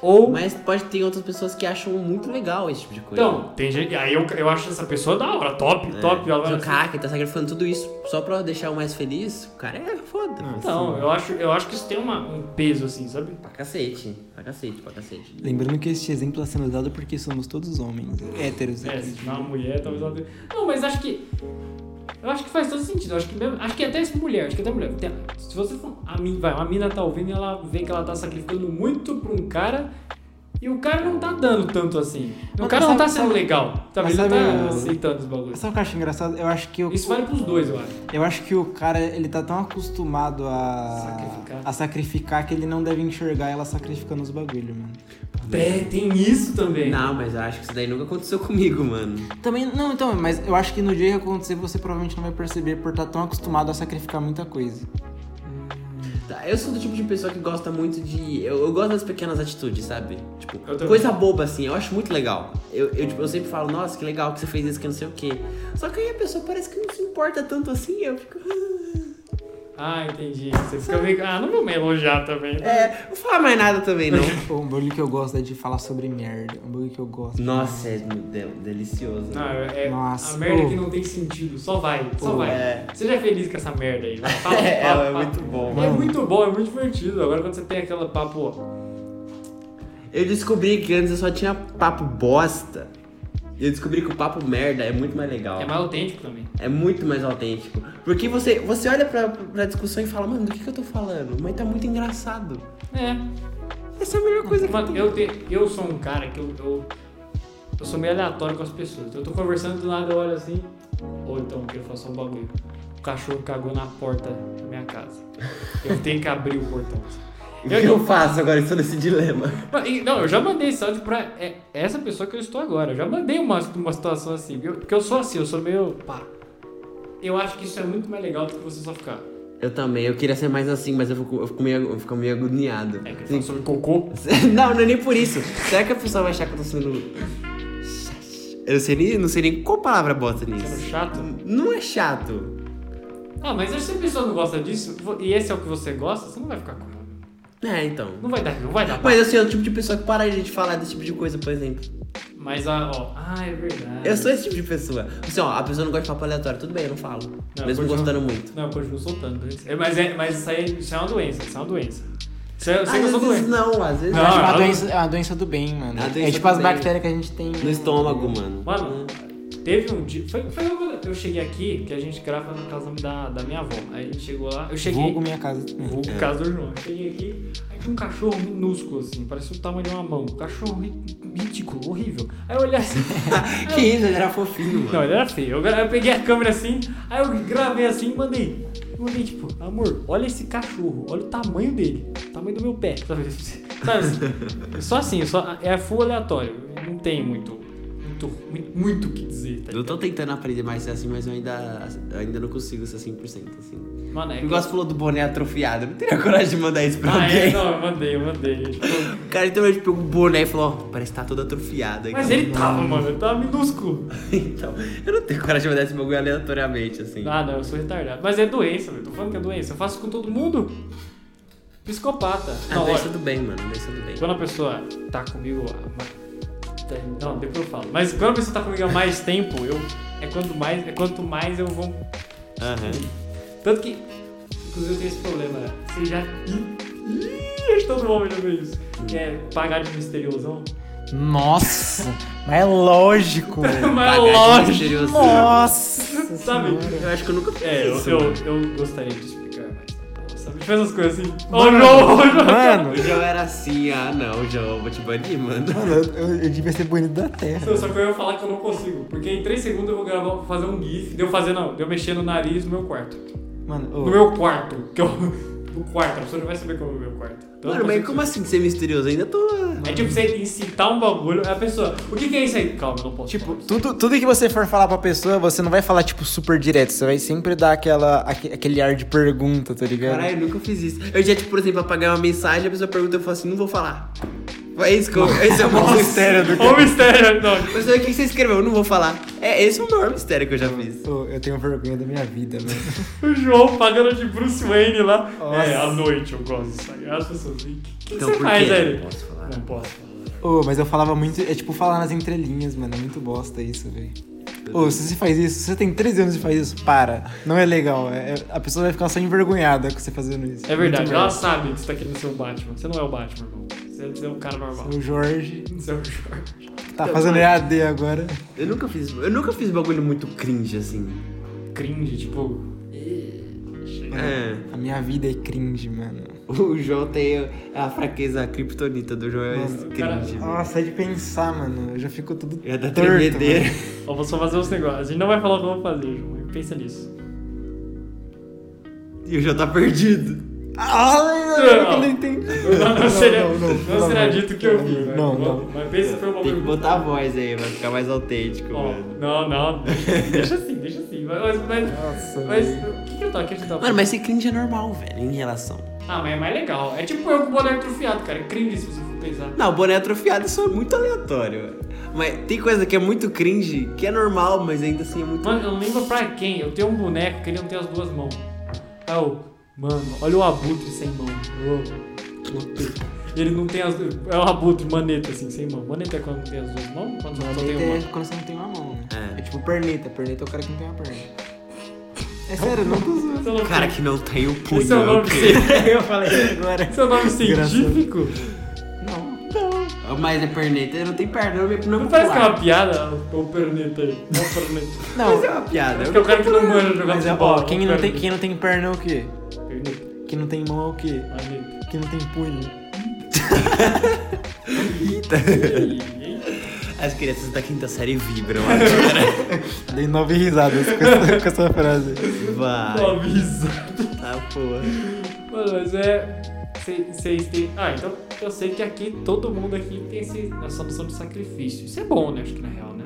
A: Ou.
B: Mas pode ter outras pessoas que acham muito legal esse tipo de coisa.
A: então, tem gente. Aí eu, eu acho essa pessoa da hora, top,
B: É.
A: top. Ela vai
B: Mas o cara que tá sacrificando tudo isso só pra deixar o mais feliz, o cara é foda.
C: Não.
A: Então, eu acho, eu acho que isso tem uma- um peso, assim, sabe?
B: Pra cacete, pra cacete, pra cacete.
C: Lembrando que este exemplo está sendo dado porque somos todos homens, héteros. né?
A: É, se tiver uma mulher, talvez ela tenha... Não, mas acho que. Eu acho que faz todo sentido. Eu acho que mesmo. Acho que até essa mulher, acho que até mulher. tem- se você for. A mina, vai, uma mina tá ouvindo e ela vê que ela tá sacrificando muito pra um cara. E o cara não tá dando tanto assim. O
C: Mas
A: cara não
C: sabe-
A: tá sendo
C: sabe-
A: legal. Sabe?
C: mas
A: Ele não tá
C: sabe-
A: aceitando os bagulhos.
C: Sabe o que eu acho engraçado? Eu acho que o,
A: Isso vale pros dois, eu acho.
C: eu acho que o cara ele tá tão acostumado a
A: Sacrificar.
C: a sacrificar que ele não deve enxergar ela sacrificando os bagulho, mano.
A: É, tem isso também.
B: Não, mas eu acho que isso daí nunca aconteceu comigo, mano.
C: Também, não, então, mas eu acho que no dia que acontecer você provavelmente não vai perceber por estar tão acostumado a sacrificar muita coisa.
B: Tá, Eu sou do tipo de pessoa que gosta muito de. Eu, eu gosto das pequenas atitudes, sabe? Tipo,
A: Eu também.
B: coisa boba assim, eu acho muito legal. Eu, eu, tipo, eu sempre falo, nossa, que legal que você fez isso, que não sei o quê. Só que aí a pessoa parece que não se importa tanto assim, eu fico. "Ah".
A: Ah, entendi. Você fica meio. Ah, não vou me elogiar também. né?
B: É, não fala mais nada também, não.
C: Pô, um bagulho que eu gosto é de falar sobre merda. Um bagulho que eu gosto.
B: nossa, é de- delicioso.
A: Não, é, é
C: Nossa,
A: a merda
C: pô.
A: que não tem sentido. Só vai, só
B: Pô,
A: vai.
B: é.
A: Seja feliz com essa merda aí. vai. Fala,
B: É,
A: fala,
B: é
A: fala.
B: muito bom,
A: É
C: mano.
A: muito bom, é muito divertido. Agora quando você tem aquela papo.
B: Eu descobri que antes eu só tinha papo bosta. Eu descobri que o papo merda é muito mais legal.
A: É mais autêntico também.
B: É muito mais autêntico. Porque você, você olha pra, pra discussão e fala, mano, do que, que eu tô falando? Mas tá muito engraçado.
A: É.
B: Essa é a melhor coisa que
A: Mano,
B: tem.
A: eu, te- eu sou um cara que eu, eu. eu sou meio aleatório com as pessoas. Então eu tô conversando do nada, eu olho assim. Ou então, eu faço um bagulho. O cachorro cagou na porta da minha casa. Eu tenho que abrir o portão.
B: O que eu faço agora? Estou nesse dilema.
A: Não, e- Não, eu já mandei esse áudio pra é, essa pessoa que eu estou agora. Eu já mandei uma, uma situação assim. viu? porque eu sou assim, eu sou meio. pá. Eu acho que isso é muito mais legal do que você só ficar.
B: Eu também, eu queria ser mais assim, mas eu fico, eu fico, meio, eu fico meio agoniado.
A: É, que eu
B: Assim,
A: falo sobre cocô.
B: não, não é nem por isso. Será que a pessoa vai achar que eu tô sendo. Eu sei nem, não sei nem qual palavra bota
A: Sendo
B: nisso.
A: chato.
B: Não é chato.
A: Ah, mas se a pessoa não gosta disso, vo- e esse é o que você gosta, você não vai ficar com ela.
B: É, então.
A: Não vai dar, não vai dar.
B: Mas eu sou o tipo de pessoa que para de falar desse tipo de coisa, por exemplo.
A: Mas, ah, ó, ah, é verdade.
B: Eu sou esse tipo de pessoa. Assim, ó, a pessoa não gosta de papo aleatório, tudo bem, eu não falo.
A: Não,
B: mesmo
A: eu continuo-
B: gostando muito.
A: Não, eu continuo soltando. tá? É, mas, é, mas isso aí isso é uma doença, isso é uma doença. Isso é, eu sei
B: às
A: que eu sou
B: vezes
A: doente.
B: não, às vezes
A: Não,
C: Eu acho
A: não.
B: não.
C: uma doença, é uma doença do bem, mano.
B: É a
C: É
B: doença
C: tipo
B: do
C: as
B: bem.
C: bactérias que a gente tem.
B: é No estômago, mano.
A: Mano, teve um dia. Foi, foi quando eu cheguei aqui, que a gente grava na casa da, da minha avó. Aí a gente chegou lá, eu cheguei.
C: Vulgo minha casa também.
A: Vulgo
B: É.
A: casa do João. Eu cheguei aqui, aí tinha um cachorro minúsculo, assim, parecia o tamanho de uma mão. Um cachorro ri- ridículo, horrível. Aí eu olhei assim.
B: que isso, ele era fofinho, mano.
A: Não, ele era feio. Eu, eu peguei a câmera assim, aí eu gravei assim e mandei. Mandei, tipo, amor, olha esse cachorro, olha o tamanho dele, o tamanho do meu pé. Sabe, sabe assim? Só assim, só, é full aleatório. Não tem muito. muito, muito, muito o que dizer, tá
B: Eu tô
A: ligado?
B: tentando aprender mais assim, mas eu ainda, eu ainda não consigo ser 100%, assim.
A: Mano, é que-
B: Igual você falou do boné atrofiado, eu não teria coragem de mandar isso pra
A: Ah, é?
B: alguém.
A: Não, eu mandei, eu mandei. Tipo,
B: O cara literalmente pegou um boné e falou, ó, parece que tá todo atrofiado aqui.
A: Mas ele tá. tava, mano, ele tava minúsculo.
B: então, eu não tenho coragem de mandar esse bagulho aleatoriamente, assim.
A: Ah, não, eu sou retardado. Mas é doença, velho. Tô falando que é doença. Eu faço com todo mundo. Psicopata.
B: Ah,
A: Não,
B: mas
A: olha,
B: tudo bem, mano, mas tudo bem.
A: quando a pessoa tá comigo. há ma- tá- Não, depois eu falo. Mas quando a pessoa tá comigo há mais tempo, eu. É quanto mais, é quanto mais eu vou.
B: Aham.
A: Tanto que. Inclusive eu tenho esse problema. né? Você já. Ih, acho que todo homem já vê isso. Que é pagar de misteriosão.
C: Nossa, mas é lógico.
A: Mas é
B: Bagagem
A: lógico.
B: misteriosa.
C: Nossa.
A: Sabe?
C: senhora.
B: Eu acho que eu nunca fiz
A: É, eu,
B: isso.
A: eu,
B: mano.
A: eu gostaria de explicar mais. Sabe? Faz umas coisas assim. Oh, não! Oh, não!
C: Mano,
B: O João era assim, ah não, João, eu vou te banir, mano.
A: Então
C: mano, eu, eu- eu devia ser bonito da terra.
A: Não, Só que eu ia falar que eu não consigo, porque em 3 segundos eu vou gravar, fazer um GIF, deu fazer não, deu mexer no nariz no meu quarto.
C: Mano, ô,
A: No meu quarto, que eu. No quarto, a pessoa não vai saber como é o meu quarto. Então, eu
B: Mano,
A: não
B: mas
A: consigo.
B: como assim de ser misterioso? Ainda tô.
A: É tipo você incitar um bagulho, a pessoa, o que, que é isso aí? Calma, eu não posso.
C: Tipo,
A: falar isso.
C: tudo, tudo que você for falar pra pessoa, você não vai falar, tipo, super direto. Você vai sempre dar aquela, aque- aquele ar de pergunta, tá ligado?
B: Caralho, eu nunca fiz isso. Eu já, tipo, por exemplo, apaguei uma mensagem, a pessoa pergunta, eu falo assim, não vou falar. É isso que eu. Esse é o maior mistério do
A: Ô mistério, não.
B: Mas o que você escreveu? Eu não vou falar. É, esse é o maior mistério que eu já fiz.
C: Ô, eu tenho vergonha da minha vida, mano.
A: O João pagando de Bruce Wayne lá.
C: Nossa.
A: É, à noite eu gosto disso aí. As pessoas assim, o que, que
B: Então,
A: você
B: por
A: faz,
B: quê?
A: velho?
B: Não posso falar.
A: Não posso falar.
C: Ô, mas eu falava muito. É tipo falar nas entrelinhas, mano. É muito bosta isso, velho. Ô, se você faz isso, se você tem 13 anos e faz isso, para. Não é legal. é- é- a pessoa vai ficar só envergonhada com você fazendo isso.
A: É verdade,
C: Muito
A: ela
C: bosta.
A: sabe que você tá querendo ser o Batman. Você não é o Batman, irmão. Você você é um cara normal.
C: O Jorge
A: Você é o Jorge.
C: que tá fazendo EAD agora.
B: Eu nunca fiz. Eu nunca fiz bagulho muito cringe, assim.
A: Cringe, tipo.
B: É.
C: A minha vida é cringe, mano.
B: O João tem a fraqueza a criptonita do João é
C: Mano,
B: cringe.
A: cara,
B: velho.
C: Nossa, é de pensar, mano. Eu já fico tudo.
B: É da
C: torto,
B: tremedeira.
C: mano.
A: Ó, vou só fazer uns negócios. A gente não vai falar o que eu vou fazer, João. Pensa nisso.
B: E o João tá perdido.
C: Ai, mano, eu não entendi.
A: Não, não, seria,
C: não,
A: não,
C: não, pelo
A: será
C: amor.
A: dito que eu vi,
C: Não,
A: velho.
C: não.
A: Vamos- Mas pensa foi uma
B: Tem que
A: pergunta.
B: botar a voz aí, vai ficar mais autêntico,
A: Ó,
B: mano.
A: não, não. Deixa assim, deixa assim. Mas, mas,
C: Nossa,
A: mas
C: velho.
A: o que, que eu tava aqui ajudando?
B: Mano, mas ser cringe é normal, velho, em relação.
A: Ah, mas é mais legal. É tipo eu com o boné atrofiado, cara. É cringe se você for pensar.
B: Não, o boné atrofiado isso é muito aleatório, velho. Mas tem coisa que é muito cringe, que é normal, mas ainda assim é muito.
A: Mano, eu não lembro pra quem. Eu tenho um boneco que ele não tem as duas mãos. Aí eu, mano, olha o abutre sem mão. Eu amo. Ele não tem as duas. É o abutre, maneta, assim, sem mão. Maneta é quando não tem as duas mãos? Quando só tem uma.
C: Perneta é quando você não tem uma mão, né?
B: É.
C: É, tipo perneta. Perneta é o cara que não tem uma perna. É sério, eu não tô zoando.
A: Esse é o nome-
B: O cara que não tem o punho.
A: Esse é o nome, ci-
C: Eu falei isso agora.
A: esse é o nome científico?
C: Não.
B: Mas é perneta, ele não tem perna, não é
A: Não parece que é uma piada? O perneta aí. É o perneta.
B: Mas é
C: Não.
B: uma piada.
A: Porque é o cara que não manja jogar
C: Mas é,
A: futebol. um
C: ó, quem não, tem, quem não tem perna é o quê?
A: Perneta.
C: Quem não tem mão é o quê?
A: Maneta.
C: Quem não tem punho?
B: As crianças da quinta série vibram
C: Dei nove risadas com essa, com essa frase.
B: Vai,
A: Avisa.
B: tá porra.
A: Mano, mas é. Vocês têm. Ah, então eu sei que aqui todo mundo aqui tem esse- essa noção de sacrifício. Isso é bom, né? Acho que na real, né?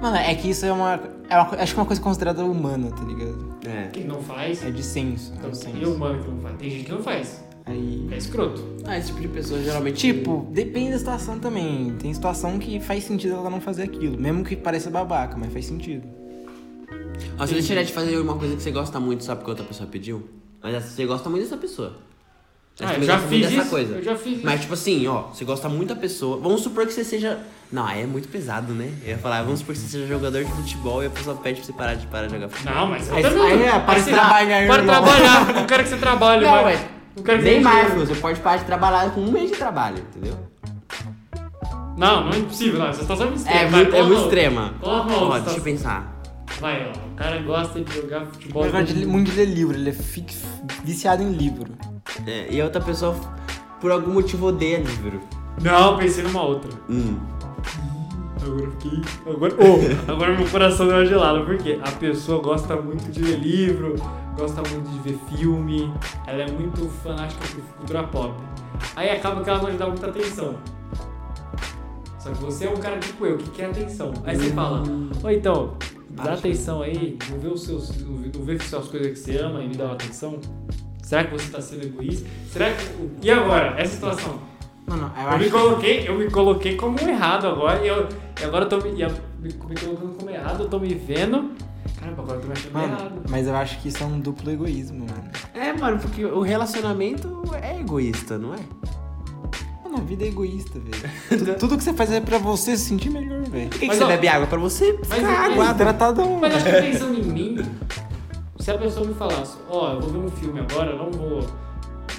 C: Mano, é que isso é uma, é uma. Acho que é uma coisa considerada humana, tá ligado?
B: É.
A: Quem não faz.
C: É de senso. é
A: Então,
C: de
A: e o
C: senso.
A: humano que não faz? Tem gente que não faz.
C: Aí.
A: É escroto.
B: Ah, esse tipo de pessoa geralmente.
C: Tipo, depende da situação também. Tem situação que faz sentido ela não fazer aquilo. Mesmo que pareça babaca, mas faz sentido.
B: Ó, se eu deixaria de fazer uma coisa que você gosta muito, só porque outra pessoa pediu. Mas essa- você gosta muito dessa pessoa. Você
A: Ah, eu
B: também
A: já
B: gosta muito
A: fiz
B: dessa
A: isso.
B: coisa.
A: Eu já fiz isso.
B: Mas tipo assim, ó, você gosta muito da pessoa. Vamos supor que você seja. Não, aí é muito pesado, né? Eu ia falar, vamos supor que você seja jogador de futebol e a pessoa pede pra você parar de parar de jogar futebol.
A: Não, mas eu
C: Aí-
A: também.
C: aí é, para
A: você-
C: trabalhar,
A: Para
C: irmão.
A: trabalhar. Não quero que você trabalhe,
B: Não,
A: mas.
B: mas-
A: Não quero que
B: Nem
A: você-
B: mais, filho, você pode parar de trabalhar com um mês de trabalho, entendeu?
A: Não, não é impossível. Não. Essa situação é extrema.
B: É,
A: Vai,
B: muito, é
A: qual
B: muito
A: não?
B: extrema.
A: Qual não?
B: Ó, tipo,
A: Essa
B: deixa eu
A: situação-
B: pensar.
A: Vai, ó. O cara gosta de jogar futebol.
C: Ele gosta de ler- muito de ler livro, ele é fix, viciado em livro.
B: É, e a outra pessoa, por algum motivo, odeia livro.
A: Não, pensei numa outra.
B: Hum.
A: Agora eu fiquei. Agora, oh, agora meu coração deu uma gelada, porque a pessoa gosta muito de ler livro, gosta muito de ver filme, ela é muito fanática por cultura pop. Aí acaba que ela não dá muita atenção. Só que você é um cara tipo eu, que quer atenção. Aí você fala, ô então, dá
C: Acho.
A: atenção aí, não vê, os seus, não vê- não vê as suas coisas que você ama e me dá uma atenção? Será que você tá sendo egoísta? Será que. E agora? Essa situação?
C: Não, não, eu
A: Eu me
C: acho
A: coloquei, eu me coloquei como um errado agora e, eu, e agora eu tô me, e eu- me, me colocando como errado, eu tô me vendo. Caramba, agora eu tô me achando
C: Mano,
A: errado.
C: mas eu acho que isso é um duplo egoísmo, mano.
B: É, mano, porque o relacionamento é egoísta, não é?
C: Mano, a vida é egoísta, velho. Tu- tudo que você faz é pra você se sentir melhor, velho. Ah,
B: Por que, que
A: Mas,
B: você
A: ó,
B: bebe água? Pra você
A: mas
B: ficar
A: é-
B: água.
A: Aguarda.
C: Tratadão.
A: Mas acho que pensando em mim, se a pessoa me falasse, ó, eu vou ver um filme agora, eu não vou.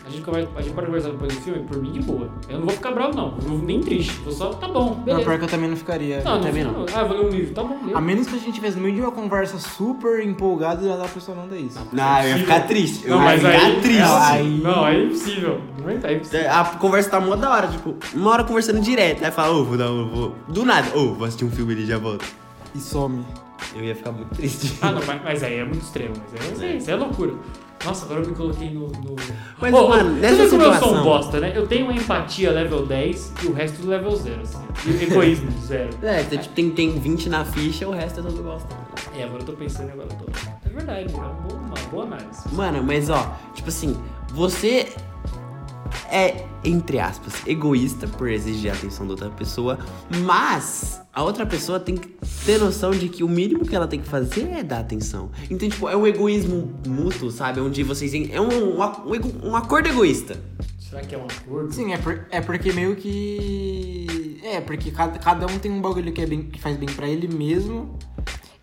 A: A gente, conversa, a gente pode conversar depois do filme, por mim de boa. Eu não vou ficar bravo, não. Eu não vou nem triste. Vou só, tá bom,
C: Não,
A: beleza.
C: pior que eu também não ficaria.
A: Não,
B: também
A: fico,
B: não.
A: Ah, eu vou ler um livro, tá bom.
C: A
A: beleza.
C: menos que a gente tivesse no meio de uma conversa super empolgada e a pessoa não dá isso.
B: Não, Ah, eu ia ficar triste. Eu
A: Não,
B: ia
A: mas
C: é
B: ficar
A: aí.
B: triste.
A: Não,
C: aí-
A: Não, aí é impossível. Não é impossível.
B: A conversa tá mó da hora, tipo, uma hora conversando direto. Aí fala, ô, vou dar um. Vou... Do nada, ô, vou assistir um filme ali e já volto.
C: E some.
B: Eu ia ficar muito triste.
A: Ah, não, mas, mas aí é muito extremo. Mas aí, mas aí, isso é loucura. Nossa, agora eu me coloquei no. no...
B: Mas,
A: Ô, ô,
B: mano,
A: você
B: nessa
A: vê como eu sou um
B: situação-
A: bosta, né? Eu tenho uma empatia level 10 e o resto do level 0, assim. E egoísmo zero.
B: É, tem- tipo, tem, tem 20 na ficha, o resto é todo bosta.
A: É, agora eu tô pensando, agora eu tô. É verdade, é uma boa, uma boa análise.
B: Mano, mas ó, tipo assim, você é, entre aspas, egoísta por exigir a atenção da outra pessoa, mas a outra pessoa tem que ter noção de que o mínimo que ela tem que fazer é dar atenção. Então, tipo, é um egoísmo mútuo, sabe? Onde vocês. en- É um, um, a- um, ego- um acordo egoísta.
A: Será que é um acordo?
C: Sim, é, por- é porque meio que. É, porque cada, cada um tem um bagulho que, é bem, que faz bem pra ele mesmo.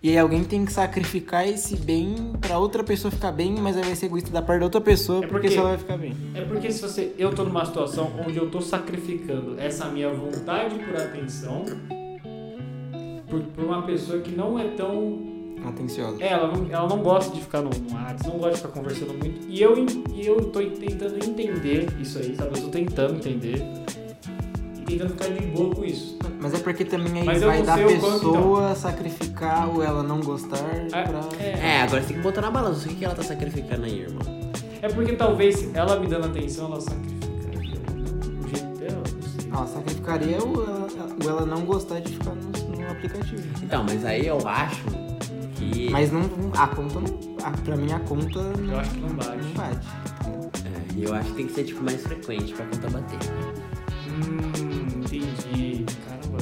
C: E aí alguém tem que sacrificar esse bem pra outra pessoa ficar bem, mas aí vai ser egoísta da parte da outra pessoa,
A: É
C: porque
A: porque-
C: só vai ficar bem.
A: É porque se você. Eu tô numa situação onde eu tô sacrificando essa minha vontade por atenção por, por uma pessoa que não é tão
C: Atenciosa.
A: É, ela não, ela não gosta de ficar no, no WhatsApp, não gosta de ficar conversando muito. E eu, en- e eu tô en- tentando entender isso aí, sabe? Eu tô tentando entender. E tentando ficar de boa com isso.
C: Mas é porque também aí
A: Mas eu
C: vai
A: não
C: da
A: sei o quanto,
C: pessoa sacrificar ou ela não gostar
A: Ah,
C: pra.
A: É,
B: É, agora você tem que botar na balança. O que, que ela tá sacrificando aí, irmão?
A: é porque talvez ela me dando atenção, ela sacrificaria o jeito dela, não sei.
C: Ela sacrificaria ou ela, ou ela não gostar de ficar no, no aplicativo.
B: Então, mas aí eu acho que.
C: Mas não. A conta não. A, pra mim a conta
A: Eu
C: não,
A: acho que não
C: não
A: bate.
C: bate.
B: É, eu acho que tem que ser, tipo, mais frequente pra tá conta bater.
A: Hum, entendi. Caramba,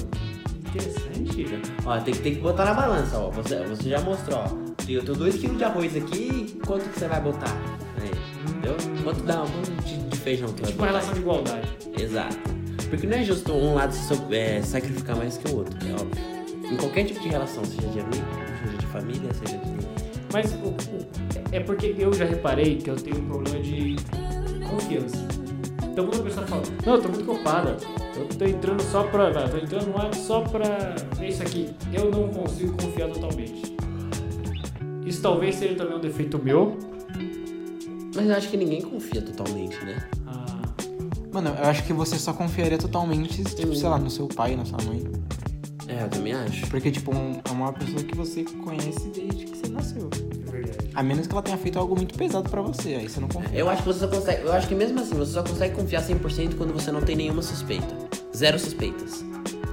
A: interessante. Tipo,
B: Ó, tem que, tem que botar na balança, ó. Você, você já mostrou, ó. Eu tenho 2kg de arroz aqui, quanto que você vai botar? Aí, entendeu? Quanto dá? Quanto de, de feijão que
A: É
B: vai
A: tipo uma
B: botar?
A: relação de igualdade.
B: Exato. Porque não é justo um lado se sou- é, sacrificar mais que o outro, é óbvio. Em qualquer tipo de relação, seja de amigo, seja de família, seja de...
A: Mas o- o- é porque eu já reparei que eu tenho um problema de confiança. Então quando a pessoa fala, não, eu tô muito ocupada, eu tô entrando só pra. eu tô entrando no ar só pra ver isso aqui. Eu não consigo confiar totalmente. Isso talvez seja também um defeito meu.
B: Mas eu acho que ninguém confia totalmente, né?
A: Ah,
C: Mano, eu acho que você só confiaria totalmente, tipo, sei lá, no seu pai, na sua mãe.
B: É, eu também acho.
C: Porque, tipo, um- é uma pessoa que você conhece desde que você nasceu.
A: é verdade.
C: A menos que ela tenha feito algo muito pesado pra você, aí você não confia.
B: É, Eu acho que você só consegue... Eu acho que mesmo assim, você só consegue confiar 100% quando você não tem nenhuma suspeita. Zero suspeitas.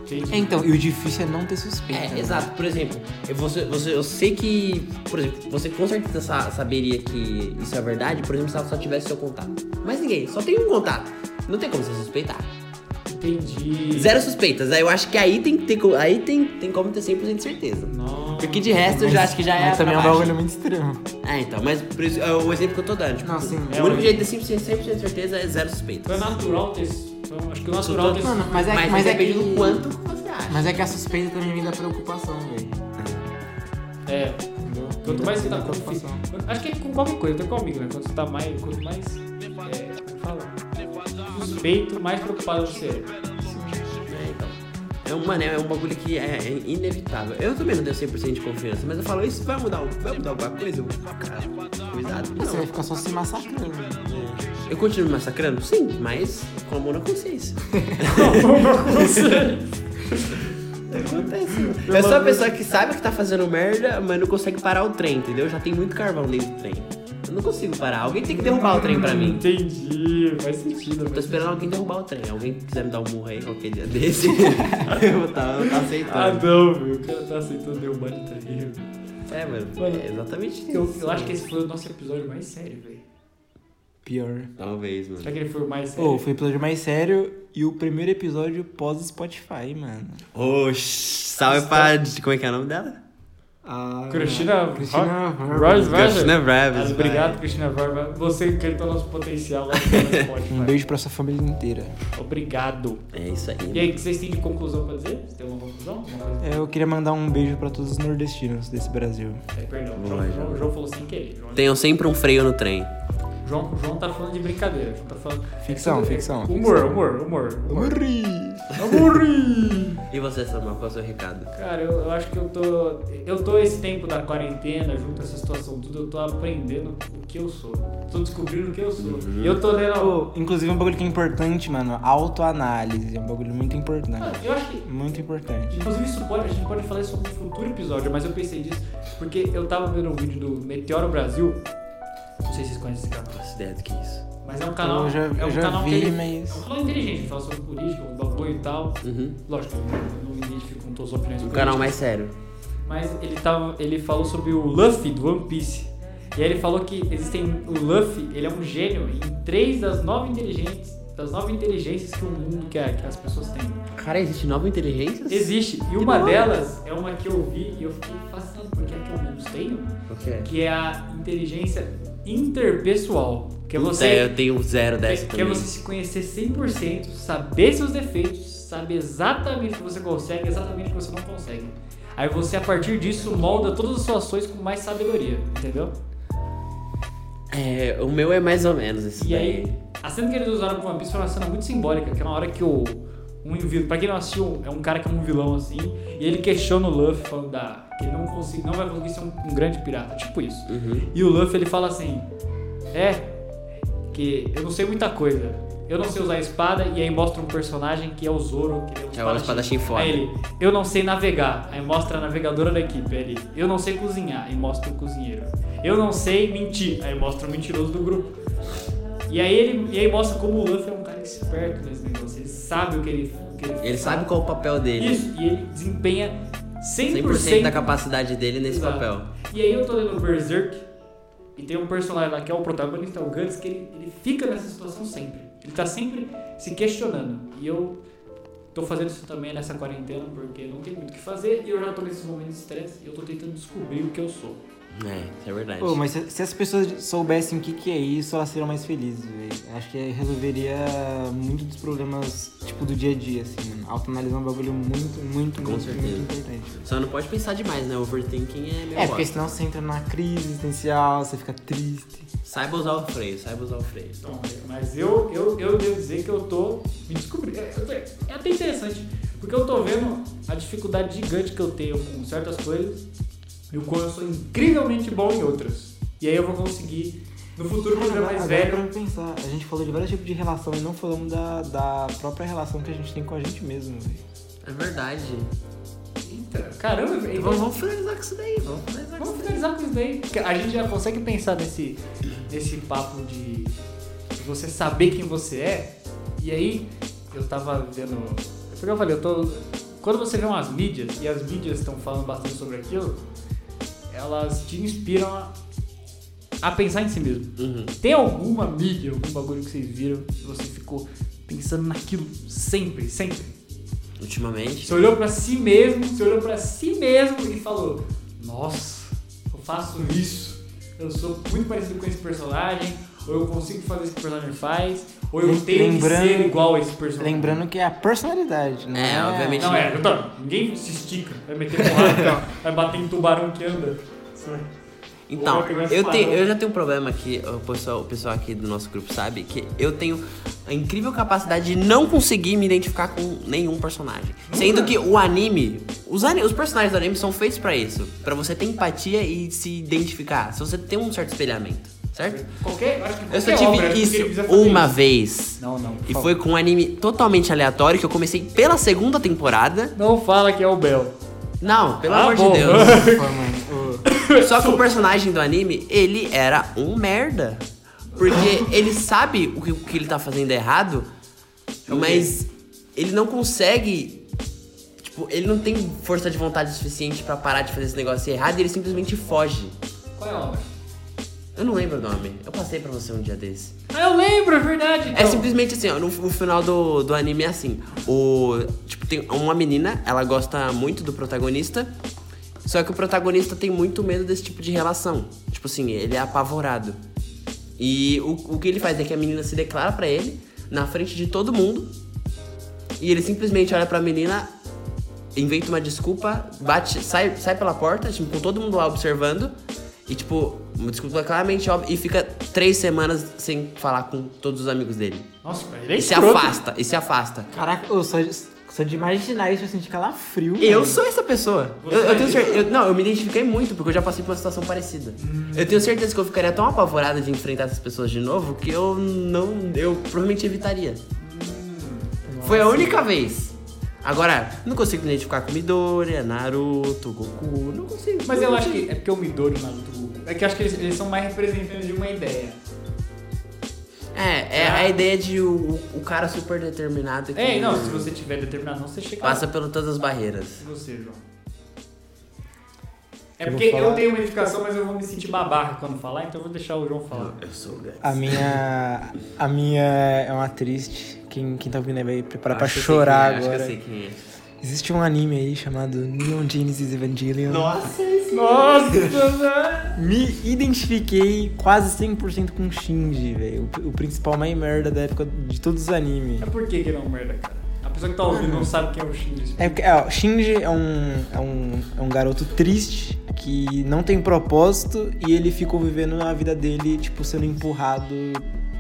A: Gente,
C: É, então, e o difícil é não ter suspeita.
B: É,
C: né?
B: exato. Por exemplo, eu- você, você, eu sei que, por exemplo, você com certeza sa- saberia que isso é verdade, por exemplo, se ela só tivesse seu contato. Mas ninguém, só tem um contato. Não tem como você suspeitar.
A: entendi.
B: Zero suspeitas. Aí eu acho que aí tem que ter, co- aí tem, tem como ter 100% de certeza.
A: Não.
B: Porque de resto eu já acho que já é.
C: Mas também é um
B: pra baixo.
C: bagulho muito extremo.
B: É, então, mas por isso é o exemplo que eu tô dando. Tipo,
C: Não, sim.
A: É,
B: o único
A: mas-
B: jeito de ter 100%, 100 de certeza é
A: Então
B: zero
A: é
B: suspeitas.
A: natural ter. esse- Então, acho que o natural ter.
C: Mano, mas é,
B: mas
C: mas é
B: depende
C: que...
B: do quanto você acha.
C: Mas é que a suspeita também vem da preocupação, velho.
A: É.
C: Entendeu?
A: Quanto
C: Vem
A: mais você
C: da-
A: tá
C: da
A: com fi-
C: preocupação.
A: Acho que é com qualquer coisa, até com amigo, né? Quando você tá mais. Quanto mais. É, como fala? Suspeito, mais preocupado você é.
B: É, então. É um, mano, é um bagulho que é, é inevitável. Eu também não tenho 100% de confiança, mas eu falo, isso vai mudar, o- vai mudar alguma coisa? Eu vou ficar, cara, cuidado.
C: Você vai
B: Não.
C: ficar só se massacrando.
B: Eu continuo me massacrando? Sim, mas com a mão na consciência.
C: É,
B: Acontece. Eu sou a pessoa que sabe que tá fazendo merda, mas não consegue parar o trem, entendeu? Já tem muito carvão dentro do trem. Eu não consigo parar. Alguém tem que derrubar o trem pra mim.
A: Entendi, faz sentido.
B: Eu
A: faz
B: tô esperando alguém derrubar o trem. Alguém quiser me dar um murro aí qualquer dia desse, eu vou tá, eu tá
A: Ah,
B: aceitando.
A: não, meu. O cara tá aceitando derrubar de terreno.
B: É, mano.
A: Mano,
B: É exatamente isso.
A: Eu, eu acho que esse foi o nosso episódio mais sério, velho.
C: Pior.
B: Talvez,
A: Será
B: mano.
A: que ele foi o mais sério?
C: Ô, foi o episódio mais sério e o primeiro episódio pós-Spotify, mano.
B: Oxi, salve pra. Como é que é o nome dela?
C: Ah,
A: Cristina,
C: Cristina
A: Royce
C: Royce.
A: Vargas.
B: Cristina Braves.
A: Obrigado, Cristina Vargas. Você encantou nosso potencial lá no Spotify.
C: Um beijo pra sua família inteira.
A: Obrigado.
B: vai. É isso aí.
A: E aí, o que vocês têm de conclusão pra dizer? Você tem uma conclusão? Uma coisa?
C: É, Eu queria mandar um beijo pra todos os nordestinos desse Brasil.
A: É, perdão, o
B: Vamos
A: João,
B: lá,
A: João,
B: João.
A: João falou assim sem querer. João,
B: Tenham sempre um freio no trem.
A: João, João tá falando de brincadeira. João tá falando...
C: Ficção, ficção,
A: Humor,
C: ficção.
A: humor, humor, humor.
C: Morri!
A: Amor!
B: E você, Samuel, qual é o seu recado?
A: Cara, eu, eu acho que eu tô. Eu tô esse tempo da quarentena, junto a essa situação tudo, eu tô aprendendo o que eu sou. Tô descobrindo o que eu sou. E eu tô lendo.
C: Ô, inclusive, um bagulho que é importante, mano. Autoanálise. É um bagulho muito
A: Mano,
C: importante.
A: Ah, eu acho que.
C: Muito importante.
A: Inclusive isso pode, a gente pode falar isso no futuro episódio, mas eu pensei disso porque eu tava vendo um vídeo do Meteoro Brasil. Não sei se vocês conhecem esse canal.
B: Faço ideia do que é isso.
A: Mas é um canal.
C: Eu já-
A: é um
C: eu já
A: canal
C: vi,
A: que ele-
C: mas-
A: É um canal inteligente, fala sobre política, um bagulho e tal. Lógico, eu não me identifico com todas as opiniões
B: Uhum. Um
A: políticas.
B: canal mais sério.
A: Mas ele, tava, ele falou sobre o Luffy do One Piece. E aí ele falou que existem. O Luffy, ele é um gênio em três das nove inteligentes. Das nove inteligências que o mundo quer, que as pessoas têm.
B: Cara, existe nova inteligência?
A: Existe. E
B: Que
A: uma
B: da hora.
A: delas é uma que eu vi e eu fiquei fascinado porque é a que eu menos tenho.
B: Ok.
A: Que é a inteligência interpessoal. Que é você.
B: eu tenho zero dessa
A: Que é
B: também.
A: você se conhecer 100%, saber seus defeitos, saber exatamente o que você consegue, exatamente o que você não consegue. Aí você, a partir disso, molda todas as suas ações com mais sabedoria, entendeu?
B: É, o meu é mais ou menos esse
A: E aí,
B: daí.
A: a cena que eles usaram pro One Piece foi uma cena muito simbólica, que é na hora que o. Um vilão, pra quem não assistiu, é um cara que é um vilão assim, e ele questiona o Luffy falando da, que ele não, consigo, não vai conseguir ser um, um grande pirata, tipo isso.
B: Uhum.
A: E o Luffy ele fala assim: É, que eu não sei muita coisa, eu não sei usar espada, e aí mostra um personagem que é o Zoro, que ele é um
B: Que é o espadachim foda.
A: Aí ele, eu não sei navegar, aí mostra a navegadora da equipe, aí ele, eu não sei cozinhar, e mostra o cozinheiro. Eu não sei mentir, aí mostra o mentiroso do grupo. E aí ele e aí mostra como o Luffy é um cara esperto nesse negócio. Ele sabe o que ele, o que ele,
B: Ele
A: faz.
B: sabe qual é o papel dele.
A: Isso, e ele desempenha 100%,
B: 100% da capacidade dele nesse
A: Exato.
B: papel.
A: E aí eu tô lendo Berserk e tem um personagem lá que é o protagonista, o Guts, que ele, ele fica nessa situação sempre. Ele tá sempre se questionando. E eu tô fazendo isso também nessa quarentena porque não tem muito o que fazer e eu já tô nesses momentos de estresse e eu tô tentando descobrir o que eu sou.
B: É, isso é verdade.
C: Ô, mas se, se as pessoas soubessem o que, que é isso, elas seriam mais felizes, velho. Acho que resolveria muito dos problemas, tipo, do dia a dia, assim, mano. Autoanalisar é um bagulho muito, muito,
B: Com
C: muito,
B: certeza.
C: muito importante.
B: Só não pode pensar demais, né? Overthinking é meu
C: É,
B: voto.
C: porque senão você entra numa crise existencial, você fica triste.
B: Saiba usar o freio, saiba usar o freio.
A: Então, mas eu, eu, eu devo dizer que eu tô me descobrindo. É, eu tô- é até interessante, porque eu tô vendo a dificuldade gigante que eu tenho com certas coisas e o quanto eu sou incrivelmente bom em outras. E aí eu vou conseguir, no futuro, quando eu
C: Agora,
A: tiver é mais
C: agora pra
A: velho.
C: eu pensar, a gente falou de vários tipos de relação e não falamos da, da própria relação que a gente tem com a gente mesmo, velho.
B: É verdade.
A: Eita, caramba,
B: E
A: velho, então vamos,
B: vamos, vamos finalizar com isso daí, vamos finalizar com
A: vamos
B: isso daí.
A: finalizar com isso daí. porque A gente já consegue pensar nesse, nesse papo de você saber quem você é. E aí, eu tava vendo. Porque eu falei, eu tô. Quando você vê umas mídias, e as mídias estão falando bastante sobre aquilo, elas te inspiram a, a pensar em si mesmo.
B: Uhum.
A: Tem alguma mídia, algum bagulho que vocês viram que você ficou pensando naquilo sempre, sempre?
B: Ultimamente,
A: Você olhou pra si mesmo, você olhou pra si mesmo e falou: Nossa, eu faço isso. Eu sou muito parecido com esse personagem, ou eu consigo fazer o que esse personagem faz, ou eu
C: Lem-
A: tenho que
C: lembrando-
A: ser igual a esse personagem.
C: Lembrando que é a personalidade, né?
B: É, obviamente.
A: Não, é, então, ninguém se estica, vai meter porrada, vai bater em tubarão que anda.
B: Então,
A: Ou que vai se
B: eu, tenho,
A: parar.
B: eu já tenho um problema que o pessoal, o pessoal aqui do nosso grupo sabe, que eu tenho a incrível capacidade de não conseguir me identificar com nenhum personagem. Sendo que o anime, os, ani- os personagens do anime são feitos pra isso, Pra você ter empatia e se identificar, se você tem um certo espelhamento, certo?
A: Qualquer, acho que qualquer
B: Eu só
A: obra,
B: tive
A: que ele precisa
B: isso
A: fazer
B: uma
A: isso.
B: vez.
A: Não, não. por
B: E
A: favor.
B: foi com um anime totalmente aleatório que eu comecei pela segunda temporada.
A: Não fala que é o Bel.
B: Não, pelo
A: Ah,
B: amor
A: bom.
B: de Deus.
C: Pô, mano, ô,
B: Só que o personagem do anime, ele era um merda. Porque ele sabe o que, o que ele tá fazendo errado,
A: É
B: mas ele não consegue. Tipo, ele não tem força de vontade suficiente pra parar de fazer esse negócio errado e ele simplesmente foge.
A: Qual é a obra?
B: Eu não lembro o nome. Eu passei pra você um dia desse.
A: Ah, eu lembro, é verdade.
B: É
A: então.
B: simplesmente assim, ó, no, no final do, do anime é assim. O, tipo, tem uma menina, ela gosta muito do protagonista. Só que o protagonista tem muito medo desse tipo de relação. Tipo assim, ele é apavorado. E o, o que ele faz é que a menina se declara pra ele, na frente de todo mundo. E ele simplesmente olha pra menina, inventa uma desculpa, bate, sai, sai pela porta, tipo, com todo mundo lá observando. E tipo, uma desculpa claramente óbvia. E fica três semanas sem falar com todos os amigos dele.
A: Nossa, cara, ele é
B: E se
A: escroto.
B: afasta, e se afasta.
C: Caraca, eu só, só de imaginar isso eu senti calafrio.
B: Eu
C: mano.
B: sou essa pessoa. Eu, eu tenho certeza. eu- não, eu me identifiquei muito, porque eu já passei por uma situação parecida. Eu tenho certeza que eu ficaria tão apavorada de enfrentar essas pessoas de novo que eu não. Eu provavelmente evitaria. Foi a única vez. Agora, não consigo me identificar com Midoriya, Naruto, Goku. Não consigo.
A: Mas
B: não
A: eu acho
B: consigo.
A: que é porque o Midori e o Naruto Goku. É que eu acho que eles, eles são mais representantes de uma ideia.
B: É, é a ideia de o, o- o cara super determinado que
A: Ei, É, não, se você tiver determinação, você chega lá.
B: passa por todas as barreiras.
A: E você, João? É
C: Eu vou
A: porque eu
C: falar.
A: tenho uma indicação, mas eu vou me sentir babaca quando falar, então eu vou deixar o João falar.
B: Eu sou o Guts.
C: A minha. A minha é uma triste. Quem, quem tá ouvindo aí vai preparar pra
B: Acho que eu sei
C: chorar
B: quem é,
C: agora.
B: Acho que eu sei quem é.
C: Existe um anime aí chamado Neon Genesis Evangelion.
B: Nossa, isso.
A: Nossa, velho!
C: Me identifiquei quase 100% com o Shinji, velho. O, o principal mais merda da época de todos os animes.
A: Mas por que que ele é um merda, cara? A pessoa que tá ouvindo não sabe quem é o Shinji.
C: É, porque, ó, Shinji é um, é, um, é um garoto triste que não tem propósito e ele ficou vivendo a vida dele, tipo, sendo empurrado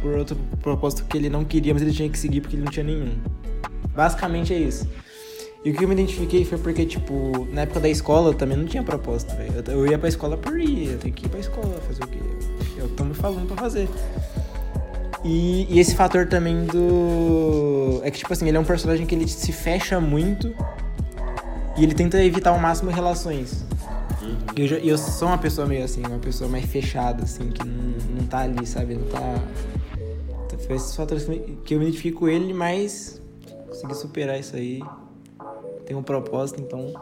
C: por outro propósito que ele não queria, mas ele tinha que seguir porque ele não tinha nenhum. Basicamente é isso. E o que eu me identifiquei foi porque, tipo, na época da escola eu também não tinha propósito, velho. Eu, eu ia pra escola por ir, eu tenho que ir pra escola, fazer o quê? Eu tô me falando pra fazer. E, e esse fator também do. É que, tipo assim, ele é um personagem que ele se fecha muito e ele tenta evitar ao máximo relações. E eu, já- eu sou uma pessoa meio assim, uma pessoa mais fechada, assim, que não, não tá ali, sabe? Não tá. Então, Foi esses fatores que me- que eu me identifico com ele, mas consegui superar isso aí. Tem um propósito, então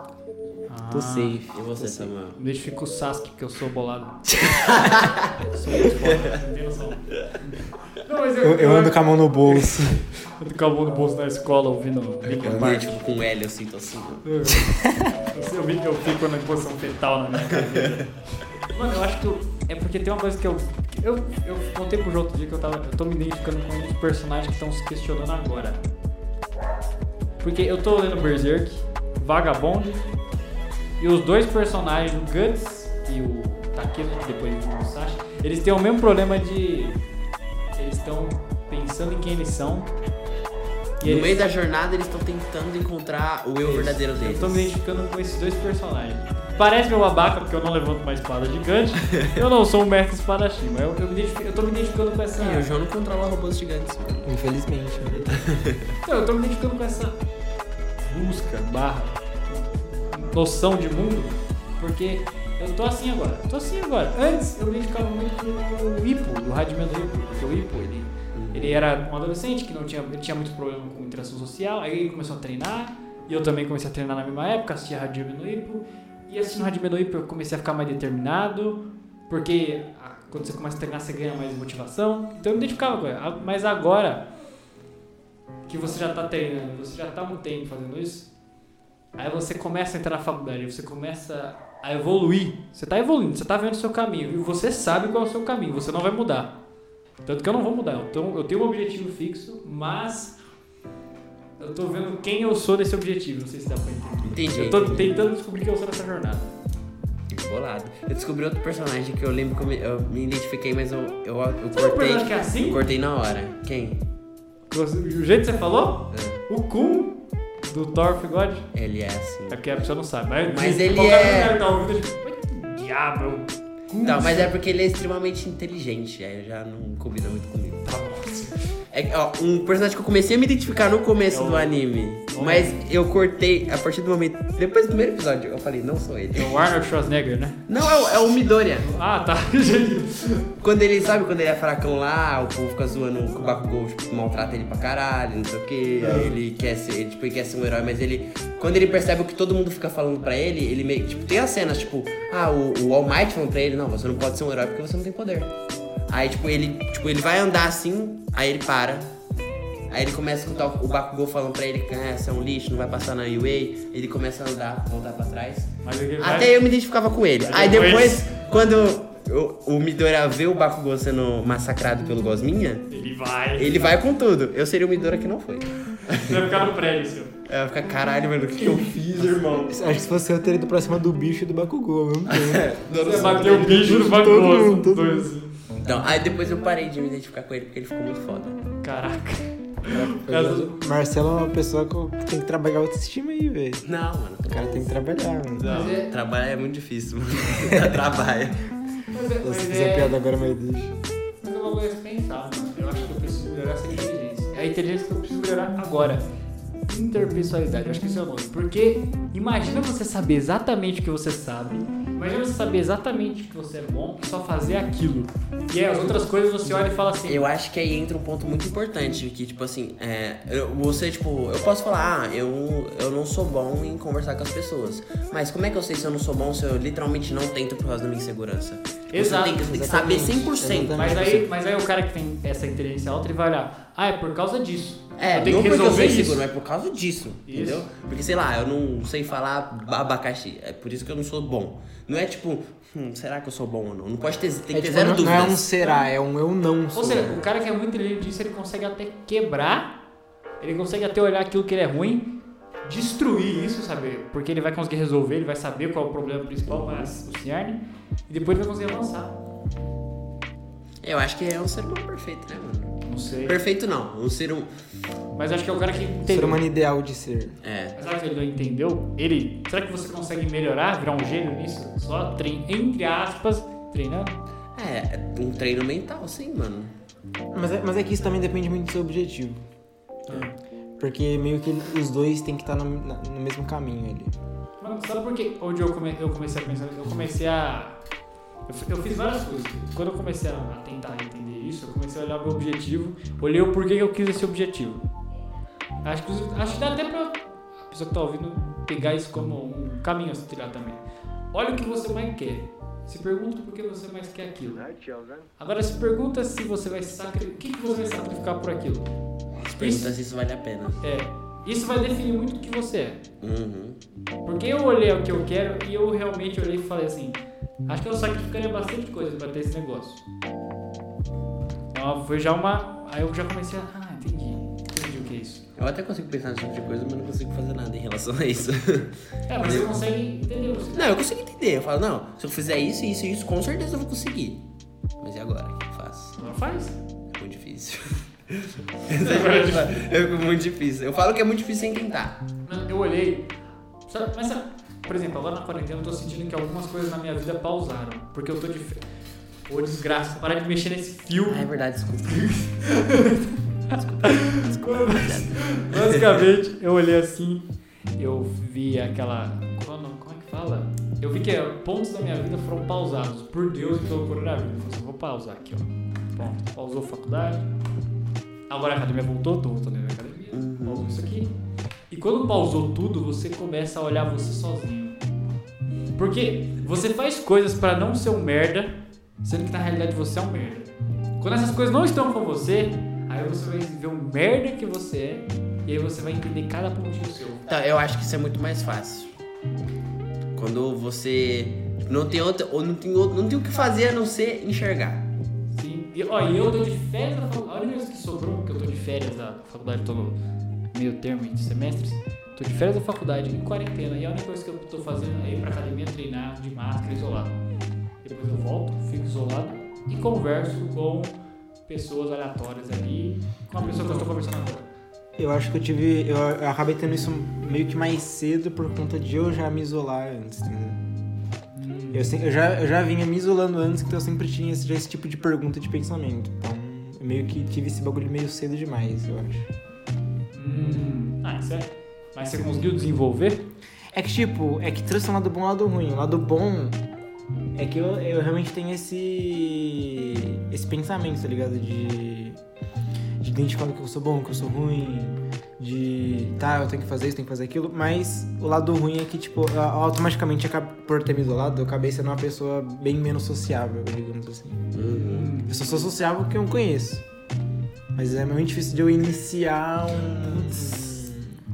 B: É
C: tô safe.
B: Ah, E você, Samuel?
A: Deixa com Ah, o Sasuke, que eu sou bolado. sou muito foda, não tem noção. Não, mas
C: Eu, eu ando com a mão no bolso.
A: Eu tô com a mão no bolso na escola ouvindo Linkin
B: Eu
A: Park.
B: tipo, com L, eu sinto assim. ó.
A: Eu, eu, vi é que eu fico na posição fetal na minha cabeça. Mano, eu acho que eu- é porque tem uma coisa que eu. que Eu, eu contei pro João outro dia que eu tava. Eu tô me identificando com um dos personagens que estão se questionando agora. Porque eu tô lendo Berserk, Vagabond, e os dois personagens, o Guts e o Takeru, que depois vira o Musashi, eles têm o mesmo problema de. Eles estão pensando em quem eles são. e
B: No
A: eles-
B: meio da jornada, eles estão tentando encontrar o eu verdadeiro deles.
A: É. eu tô me identificando com esses dois personagens. Parece meu babaca, porque eu não levanto uma espada gigante. eu não sou um mestre espadachim, mas eu, eu, me identifico- eu tô me identificando com essa.
B: Sim, o João É, não controla robôs gigantes. mano.
C: Infelizmente, né?
A: Não, eu tô me identificando com essa busca, barra, noção de mundo, porque eu tô assim agora. Tô assim agora. Antes eu me identificava muito com o Ipo, o Radimel do Ipo, porque o Ipo, ele, ele era um adolescente que não tinha, ele tinha muito problema com interação social, aí ele começou a treinar, e eu também comecei a treinar na mesma época, assistia Radimel do Ipo, e assistindo Radimel do Ipo eu comecei a ficar mais determinado, porque ah, quando você começa a treinar você ganha mais motivação, então eu me identificava com ele. Ah, Mas agora que você já tá treinando, você já tá há um tempo fazendo isso, aí você começa a entrar na faculdade, você começa a evoluir. Você tá evoluindo, você tá vendo o seu caminho, e você sabe qual é o seu caminho, você não vai mudar. Tanto que eu não vou mudar, eu, tô- eu tenho um objetivo fixo, mas eu tô vendo quem eu sou nesse objetivo, não sei se dá pra entender.
B: Entendi. Tipo,
A: Eu tô tentando descobrir quem eu sou nessa jornada.
B: Bolado. Eu descobri outro personagem que eu lembro que eu me, eu me identifiquei, mas eu, eu, eu
A: Sabe o
B: cortei.
A: personagem que é assim?
B: eu cortei na hora. Quem? Ah,
A: Você- o jeito que você falou, o Kun do Thor God,
B: Ele é assim.
A: é porque a pessoa não sabe, mas,
B: Mas ele
A: qualquer
B: é-
A: um que tá ouvindo, ele fala, "Mas que diabo, é o Kun
B: Então, Não, mas é porque ele é extremamente inteligente. Aí já não combina muito comigo.
A: Tá bom.
B: É, que, ó, um personagem que eu comecei a me identificar no começo
A: É o-
B: do anime.
A: o-
B: Mas eu cortei a partir do momento. Depois do primeiro episódio, eu falei, não sou ele.
A: É o Arnold Schwarzenegger, né?
B: Não, é o, é o Midoriya.
A: Ah, tá.
B: Quando ele, sabe, quando ele é fracão lá, o povo fica zoando o Bakugou, tipo, maltrata ele pra caralho, não sei o que. Aí ele quer ser, ele, tipo, ele quer ser um herói, mas ele. Quando ele percebe o que todo mundo fica falando pra ele, ele meio que, tipo, tem as cenas, tipo, ah, o, o All Might falando pra ele, não, você não pode ser um herói porque você não tem poder. Aí, tipo, ele, tipo, ele vai andar assim, aí ele para. Aí ele começa a escutar o o Bakugou falando pra ele que ah, você é um lixo, não vai passar na UA. Ele começa a andar, voltar pra trás.
A: Mas ele vai-
B: Até eu me identificava com ele.
A: Mas
B: Aí
A: depois-
B: depois, quando o, o Midora vê o Bakugou sendo massacrado pelo Gosminha,
A: Ele vai.
B: ele vai com tudo. Eu seria o Midora que não foi.
A: Você vai ficar no prédio, assim, seu.
B: Aí eu fico, caralho, mano, o que que eu fiz, irmão?
C: Acho que se fosse eu, eu teria ido pra cima do bicho e do Bakugou ao mesmo tempo.
A: Você bateu o bicho no
C: Todo
A: banco.
C: mundo, todo
B: Então, aí depois eu parei de me identificar com ele porque ele ficou muito foda.
A: Caraca.
C: Mas o Marcelo é uma pessoa que eu- que tem que trabalhar autoestima aí, velho.
B: Não, mano.
C: O cara tem que trabalhar, mano.
A: Mas é-
B: Trabalhar é muito difícil, mano. Trabalha.
A: Mas é-
C: Se
A: mas
C: fizer
A: é-
C: piada agora, mas deixa.
A: Mas é eu vou pensar, mano. Eu acho que eu preciso melhorar essa inteligência. É a inteligência que eu preciso melhorar agora. Interpessoalidade, eu acho que isso é o nome. Porque imagina você saber exatamente o que você sabe. Imagina você saber exatamente o que você é bom, só fazer aquilo. E aí, as outras coisas você olha e fala assim.
B: Eu acho que aí entra um ponto muito importante, que tipo assim, é, eu- você, tipo, eu posso falar, ah, eu, eu não sou bom em conversar com as pessoas. Mas como é que eu sei se eu não sou bom se eu literalmente não tento por causa da minha insegurança? Tipo,
A: Exato,
B: Você tem, que- você tem que saber
C: exatamente,
B: 100%.
C: exatamente.
A: Mas aí, mas aí o cara que tem essa inteligência alta, ele vai olhar, ah, é por causa disso.
B: É,
A: eu tenho
B: não
A: que
B: porque eu
A: resolver
B: sou
A: isso.
B: inseguro, mas por causa disso,
A: Isso.
B: entendeu? Porque, sei lá, eu não sei falar abacaxi, é por isso que eu não sou bom. Não é tipo, hum, será que eu sou bom ou não? Não pode ter, tem que ter
C: tipo,
B: zero
C: não, não é um
B: dúvidas.
C: será, é um eu não sou.
A: Ou seja, o cara que é muito inteligente disso, ele consegue até quebrar, ele consegue até olhar aquilo que ele é ruim, destruir isso, sabe? Porque ele vai conseguir resolver, ele vai saber qual é o problema principal, mas o Ciarne, e depois ele vai conseguir avançar.
B: Eu acho que é um ser humano perfeito, né, mano?
A: Não sei.
B: Perfeito não, um ser um.
A: Mas acho que é o cara que
C: O ser
A: entendeu.
C: humano ideal de ser.
B: É.
A: Mas será que ele não entendeu? Ele. Será que você consegue melhorar, virar um gênio nisso? Só trein, entre aspas, treinando?
B: É, um treino mental, sim, mano.
C: Mas é, mas é que isso também depende muito do seu objetivo.
B: É.
C: Porque meio que os dois têm que estar no, na- no mesmo caminho ali.
A: Mano, sabe por quê? Onde eu, come- eu comecei a pensar, eu comecei a. Eu, fi- eu fiz várias coisas. Quando eu comecei a a tentar entender isso, eu comecei a olhar o meu objetivo, olhei o porquê que eu quis esse objetivo. Acho que, acho que dá até pra a pessoa que tá ouvindo pegar isso como um caminho a se tirar também. Olha o que você mais quer. Se pergunta por que você mais quer aquilo. Agora se pergunta se você vai sacrificar. O que, que você vai sacrificar por aquilo?
B: Se pergunta se isso vale a pena.
A: É. Isso vai definir muito o que você é.
B: Uhum.
A: Porque eu olhei o que eu quero e eu realmente olhei e falei assim: acho que eu sacrificaria bastante coisa pra ter esse negócio. Então foi já uma. Aí eu já comecei a. Ah, entendi. Entendi o que é isso.
B: Eu até consigo pensar nesse tipo de coisa, mas não consigo fazer nada em relação a isso.
A: É, mas você consegue entender. Você...
B: não, eu consigo entender. Eu falo, não, se eu fizer isso, isso e isso, com certeza eu vou conseguir. Mas e agora? O que eu faço?
A: Não faz?
B: É muito difícil. é muito difícil. Eu falo que é muito difícil sem tentar.
A: Mano, Eu olhei. Sabe, mas, sabe, por exemplo, agora na quarentena eu tô sentindo que algumas coisas na minha vida pausaram. Porque eu tô de. fe- Ô, desgraça, para de mexer nesse fio.
B: Ah, é verdade, desculpa.
A: Basicamente, eu olhei assim, eu vi aquela. Qual, é o nome? como é que fala? Eu vi que é, pontos da minha vida foram pausados por Deus e pelo coronavírus. Eu falei assim, vou pausar aqui, ó. Ponto. Pausou a faculdade. Agora a academia voltou, tô voltando na minha academia. Pausou isso aqui. E quando pausou tudo, você começa a olhar você sozinho. Porque você faz coisas pra não ser um merda, sendo que na realidade você é um merda. Quando essas coisas não estão com você, aí você vai ver o merda que você é e aí você vai entender cada pontinho seu.
B: Então, eu acho que isso é muito mais fácil. Quando você tipo, não tem outra, ou não tem, outro- não tem o que fazer a não ser enxergar.
A: Sim. E, ó, e eu tô de férias da faculdade. A única coisa que sobrou, porque eu tô de férias da faculdade, tô no meio termo entre semestres. Tô de férias da faculdade, em quarentena. E a única coisa que eu tô fazendo é ir pra academia treinar de máscara isolado. Depois eu volto, fico isolado e converso com pessoas aleatórias ali, com a pessoa que eu tô conversando agora.
C: Eu acho que eu tive. Eu, eu acabei tendo isso meio que mais cedo por conta de eu já me isolar antes, entendeu?
B: Hum.
C: Eu, se- eu já, eu já vinha me isolando antes, então eu sempre tinha esse, esse tipo de pergunta de pensamento. Então, eu meio que tive esse bagulho meio cedo demais, eu acho.
A: Hum. Ah, isso é. Mas você conseguiu desenvolver?
C: É que, tipo, é que trouxe um lado bom e um lado ruim. O lado bom é que eu, eu realmente tenho esse. esse pensamento, tá ligado? De. de identificar do que eu sou bom, que eu sou ruim. De. tá, eu tenho que fazer isso, tenho que fazer aquilo. Mas o lado ruim é que, tipo, eu automaticamente, acab- por ter me isolado, eu acabei sendo uma pessoa bem menos sociável, digamos assim. Eu só sou sociável porque eu não conheço. Mas é muito difícil de eu iniciar um.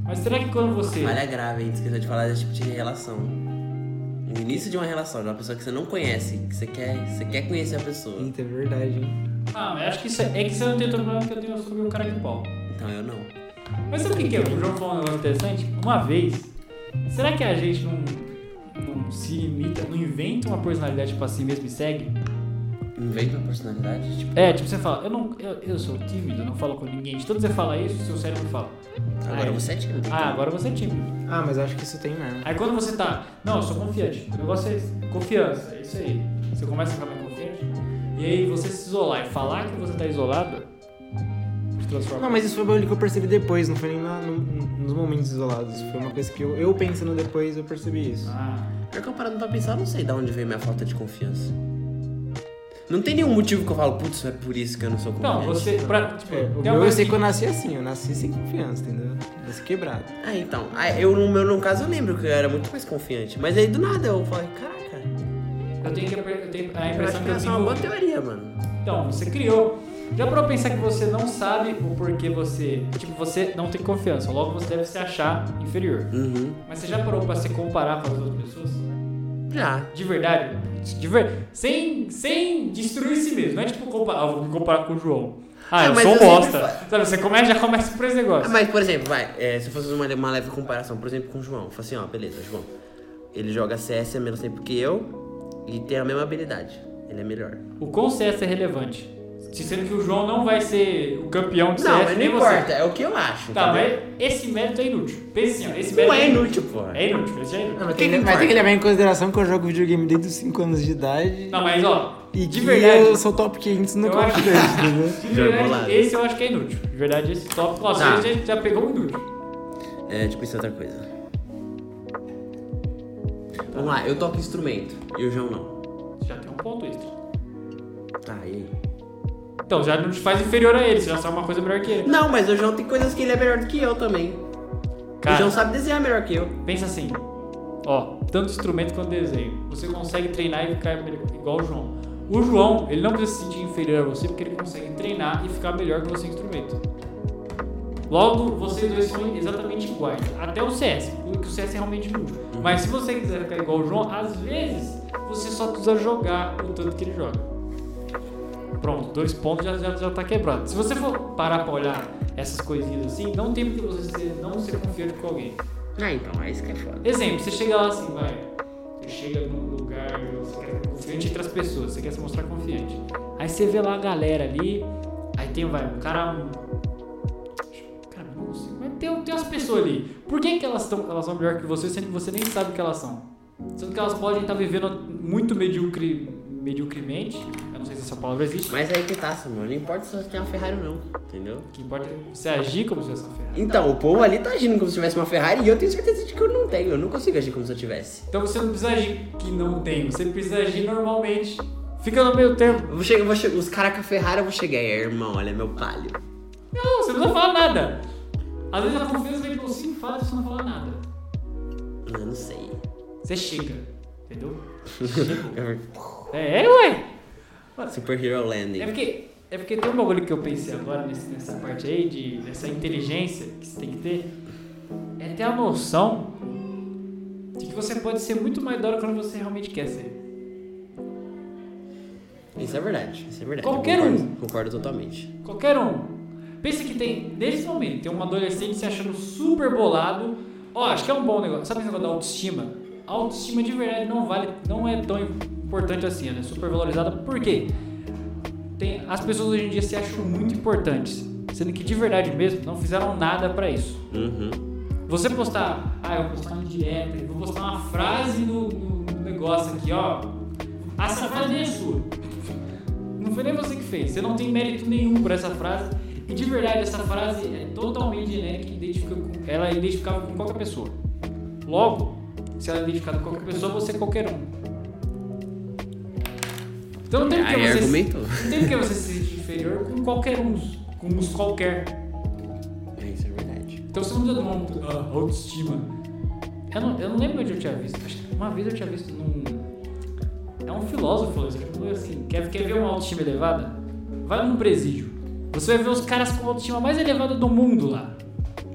A: Mas será que quando você.
B: Falha é grave, hein? Esqueceu de falar desse tipo de relação. No início de uma relação, de uma pessoa que você não conhece, que você quer, você quer conhecer a pessoa.
C: Eita, é verdade, hein?
A: Ah, mas acho que isso é, é que você não tem todo problema que eu tenho sobre o cara de pau.
B: Então eu não.
A: Mas sabe o que, que é? O João falou um negócio interessante. Uma vez, será que a gente não, não se limita, não inventa uma personalidade pra si mesmo e segue?
B: Inventa uma personalidade, tipo,
A: É, tipo, você fala, eu, não, eu, eu sou tímido, eu não falo com ninguém. De tanto você fala isso, seu cérebro fala.
B: agora
A: Ai.
B: você é tímido.
A: Ah,
B: então.
A: agora você é tímido.
C: Ah, mas acho que isso tem mesmo.
A: Aí quando você tá, não, eu sou confiante. O negócio é esse, confiança, é isso aí. Você começa a ficar mais confiante. E aí você se isolar e falar que você tá isolado, se transforma.
C: Não, mas isso foi o bagulho que eu percebi depois, não foi nem na- no- nos momentos isolados. Foi uma coisa que eu, eu pensando depois, eu percebi isso.
A: Ah.
B: Pior que eu parando pra pensar, eu não sei de onde veio minha falta de confiança. Não tem nenhum motivo que eu falo, putz, é por isso que eu não sou
A: Então,
B: confiante.
A: você. Pra, tipo,
C: É, o
A: tem
C: meu,
A: uma-
C: eu sei que eu nasci assim, eu nasci sem confiança, entendeu? Nasci quebrado.
B: Ah, então. Ah, eu, no meu no caso, eu lembro que eu era muito mais confiante. Mas aí, do nada, eu falei, caraca.
A: Eu tenho, que, eu tenho a
B: Eu
A: impressão
B: acho que
A: eu
B: é só uma boa
A: desenvolvi.
B: teoria, mano.
A: Então, você criou. Já pra eu pensar que você não sabe o porquê você. Tipo, você não tem confiança. Logo você deve se achar inferior.
B: Uhum.
A: Mas você já parou pra se comparar com as outras pessoas?
B: Já.
A: De verdade? De ver... sem, sem destruir si mesmo. Não é tipo, compa... ah, vou me comparar com o João. Ah,
B: Ah,
A: eu
B: mas
A: sou um
B: eu sempre
A: bosta. Sabe, você começa, já começa por esse
B: Ah,
A: negócio.
B: mas, por exemplo, vai, é, se fosse uma, uma leve comparação, por exemplo, com o João. Eu falo assim, ó, beleza, João. Ele joga CS a menos tempo que eu e tem a mesma habilidade. Ele é melhor.
A: O quão CS é relevante? Sendo que o João não vai ser o campeão de
B: não,
A: CS,
B: mas não
A: nem você.
B: importa, é o que eu acho.
A: Tá,
B: entendeu?
A: mas esse mérito é inútil. Pensa assim, ó, esse mérito
B: Não é inútil, pô.
A: É inútil, esse é inútil.
B: mas
C: Tem que, mas tem que levar em consideração que eu jogo videogame desde os 5 anos de idade.
A: Não, mas ó,
C: E
A: de
C: que
A: verdade,
C: eu sou top 500 no
A: Eu
C: Call
A: acho-
C: of Duty, entendeu?
A: de
B: Jogo
A: verdade
B: bolado.
A: esse eu acho que é inútil. De verdade, esse tópico, ó,
B: Tá.
A: você já, já pegou um inútil.
B: É, tipo, isso é outra coisa. Vamos lá, eu toco instrumento e o João não.
A: Já tem um ponto extra.
B: Tá, e aí?
A: Então, já não te faz inferior a ele, você já sabe uma coisa melhor que ele.
B: Não, mas o João tem coisas que ele é melhor do que eu também. o
A: Cara,
B: João sabe desenhar melhor que eu.
A: pensa assim, ó, tanto instrumento quanto desenho. Você consegue treinar e ficar melhor- igual o João. O João, ele não precisa se sentir inferior a você porque ele consegue treinar e ficar melhor que você em instrumento. Logo, vocês dois são exatamente iguais. Até o CS, porque o CS é realmente inútil. Mas se você quiser ficar igual o João, às vezes você só precisa jogar o tanto que ele joga. Pronto, dois pontos já, já, já tá quebrado. Se você for parar pra olhar essas coisinhas assim, não tem porque você ser- não ser confiante com alguém.
B: Ah, então, é isso que é foda.
A: Exemplo, você chega lá assim, vai. Você chega num lugar, você quer ser confiante entre as pessoas, você quer se mostrar confiante. Aí você vê lá a galera ali, aí tem, vai, um cara. Um... Cara, não consigo, mas tem, tem umas pessoas ali. Por que, que elas, tão, elas são melhor que você, sendo que você nem sabe o que elas são? Sendo que elas podem estar vivendo muito medíocre, medíocremente. Eu não sei se essa palavra existe.
B: Mas aí que tá, Samuel. Não importa se você tem uma Ferrari ou não, entendeu?
A: O que importa é você agir como se fosse uma ferrada.
B: Então, o povo ali tá agindo como se tivesse uma Ferrari e eu tenho certeza de que eu não tenho. Eu não consigo agir como se eu tivesse.
A: Então você não precisa agir que não tem, você precisa agir normalmente. Fica no meio termo.
B: Eu vou chegar, eu vou chegar, os caras com a Ferrari eu vou chegar e aí, irmão, olha meu palio.
A: Não, você não precisa falar nada. Às vezes a confiança vem por si e fala e você não fala nada.
B: Eu Ah, não sei.
A: Você chega, entendeu? É, é ué.
B: Super Hero Landing.
A: É porque, é porque tem um bagulho que eu pensei agora nesse- nessa parte aí, de, dessa inteligência que você tem que ter, é ter a noção de que você pode ser muito mais da hora quando você realmente quer ser.
B: Isso é verdade, isso é verdade.
A: Qualquer
B: Eu
A: um.
B: concordo, Concordo totalmente.
A: Qualquer um. Pensa que tem, nesse momento, tem um adolescente se achando super bolado. Ó, acho que é um bom negócio. Sabe esse negócio da autoestima? A autoestima de verdade não vale, não é tão importante assim, ela é super valorizada. Por quê? Tem, as pessoas hoje em dia se acham muito importantes, sendo que de verdade mesmo não fizeram nada pra isso.
B: Uhum.
A: Você postar, ah, eu vou postar uma dieta, eu vou postar uma frase no, no- no negócio aqui, ó. Essa frase nem é sua. Não foi nem você que fez. Você não tem mérito nenhum por essa frase. E de verdade, essa frase é totalmente genérica e identifica com- ela é identificável com qualquer pessoa. Logo, se ela é identificada com qualquer pessoa, você é qualquer um. Então não tem porque
B: Aí
A: você.
B: argumentou.
A: Não tem porque você se sentir inferior com qualquer um, com uns qualquer.
B: É, isso é verdade.
A: Então você não precisa de uma auto- ah, autoestima. Eu não, eu não lembro onde eu tinha visto. Acho que uma vez eu tinha visto num. É um filósofo, ele falou assim: quer, quer ver uma autoestima elevada? Vai num presídio. Você vai ver os caras com a autoestima mais elevada do mundo lá.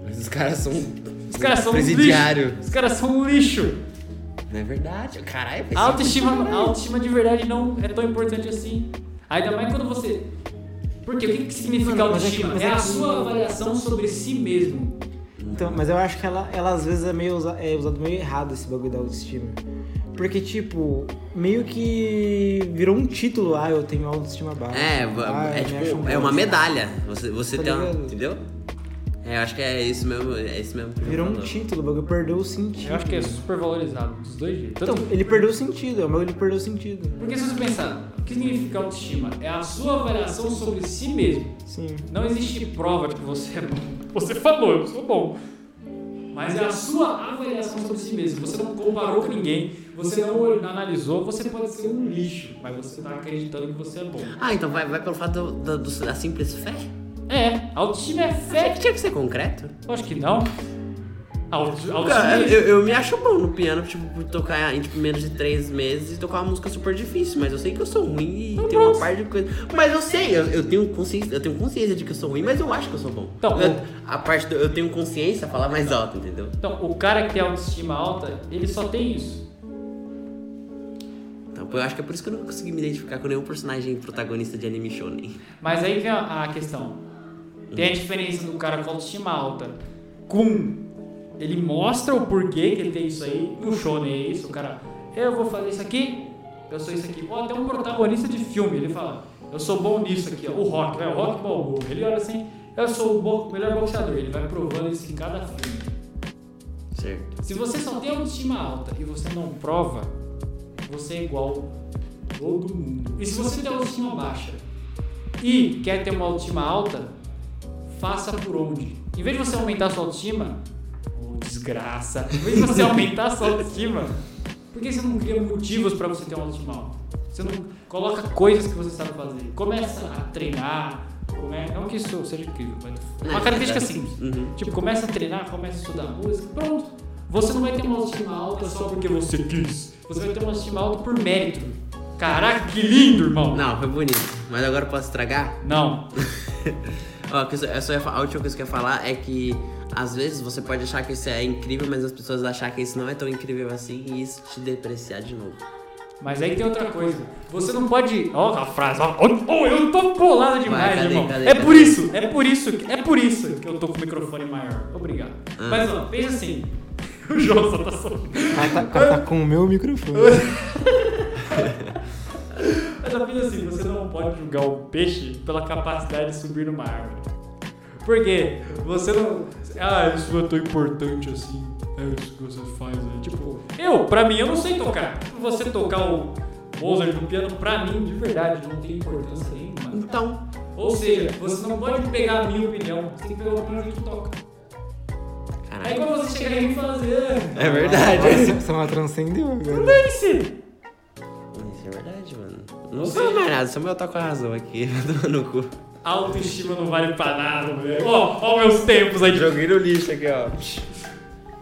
B: Mas os caras são.
A: Os caras são um
B: Presidiário.
A: lixo. Os caras são um lixo.
B: Não é verdade. Caralho, faz
A: A autoestima,
B: sentido,
A: a autoestima de verdade não é tão importante assim. Ainda mais quando você. Porque o que, que significa
C: Mano, mas é que-
A: autoestima?
C: mas
A: É
C: é
A: a
C: que-
A: sua avaliação sobre si mesmo.
C: Então, mas eu acho que ela, ela às vezes é meio usa- é usado meio errado esse bagulho da autoestima. Porque, tipo, meio que virou um título, ah, eu tenho autoestima baixa.
B: É, va-
C: ah,
B: é,
C: eu me acho um
B: tipo, é
C: bosta.
B: uma medalha. Você, você
C: Tá
B: tem uma.
C: ligado?
B: Entendeu? É, eu acho que é isso mesmo. É isso mesmo. que eu
C: Virou um
B: falo.
C: título, o bagulho perdeu o sentido.
A: Eu acho que é super valorizado dos dois jeitos.
C: Então,
A: Tanto-
C: ele perdeu o sentido, é o bagulho perdeu o sentido.
A: Porque se você pensar, o que significa autoestima? É a sua avaliação sobre si mesmo.
C: Sim.
A: Não existe prova de que você é bom. Você falou, eu sou bom. Mas é a sua avaliação sobre si mesmo. Você não comparou com ninguém, você não analisou, você pode ser um lixo, mas você tá acreditando que você é bom.
B: Ah, então vai, vai pelo fato do- do- do- da simples fé?
A: É, autoestima é
B: Fé
A: fé.
B: que tinha que ser concreto?
A: Eu acho que não. Auto- Autoestima
B: Cara,
A: é
B: eu, eu me acho bom no piano, tipo, por tocar em tipo, menos de três meses e tocar uma música super difícil, mas eu sei que eu sou ruim e
A: Tá
B: tem uma parte de coisa. Mas eu sei, eu, eu tenho consciência, eu tenho consciência de que eu sou ruim, mas eu acho que eu sou bom.
A: Então,
B: Eu-
A: o-
B: a parte do eu tenho consciência falar mais alto, entendeu?
A: Então, o cara que tem autoestima alta, ele só tem isso.
B: Então, eu acho que é por isso que eu não consegui me identificar com nenhum personagem protagonista de anime shonen.
A: Mas aí vem a, a questão. Tem a diferença do cara com autoestima alta com ele mostra o porquê que ele tem isso aí, no shonen é isso, o cara, eu vou fazer isso aqui, eu sou isso aqui. Ou até um protagonista de filme, ele fala, eu sou bom nisso aqui, ó. o rock, vai, o rock Balboa. Ele olha assim, eu sou o bo- melhor boxeador, ele vai provando isso em cada filme.
B: Certo.
A: Se você só tem autoestima alta e você não prova, você é igual a todo mundo. E se você tem autoestima baixa e quer ter uma autoestima alta, faça por onde? Em vez de você aumentar a sua autoestima, ô desgraça, em vez de você aumentar a sua autoestima, por que você não cria motivos para você ter uma autoestima alta? Você não coloca coisas que você sabe fazer. Começa a treinar, come- não que isso seja incrível, mas uma característica simples.
B: Uhum.
A: Tipo, começa a treinar, começa a estudar música, pronto. Você não vai ter uma autoestima alta só porque você quis. Você vai ter uma autoestima alta por mérito. Caraca, que lindo, irmão!
B: Não, foi bonito. Mas agora eu posso estragar?
A: Não.
B: Ó, que eu só- eu só ia fa- a última coisa que eu ia falar é que às vezes você pode achar que isso é incrível, mas as pessoas achar que isso não é tão incrível assim e isso te depreciar de novo.
A: Mas aí tem outra coisa. Você não pode. Ó, a frase, ó. ó, ó, eu tô bolado demais,
B: cadê,
A: irmão.
B: cadê,
A: é
B: cadê?
A: por isso, é por isso, que- é por isso que eu tô com o microfone maior. Obrigado.
B: Ah.
A: Mas ó, pensa assim. O João só tá sorrindo.
C: Ela tá, ela tá com o meu microfone.
A: Mas apenas assim, você não pode julgar o peixe pela capacidade de subir numa árvore. Por quê? Você não. Ah, isso não é tão importante assim. É isso que você faz aí. Tipo, eu, pra mim, eu não sei tocar. Você tocar o Mozart no piano, pra mim, de verdade, não tem importância nenhuma.
B: Então,
A: Ou seja, você não pode pegar a minha opinião, você tem que pegar a opinião de quem toca. Aí
B: caralho.
A: quando você chegar aí e fazer.
B: É verdade.
C: Você ela transcendeu agora.
A: Dane-se!
B: Isso é verdade, mano. Não sou mais nada, Samuel tá com a razão aqui, tomando no cu.
A: A autoestima não vale pra nada, moleque. Ó, ó, meus tempos aí de
B: Joguei no lixo aqui, ó.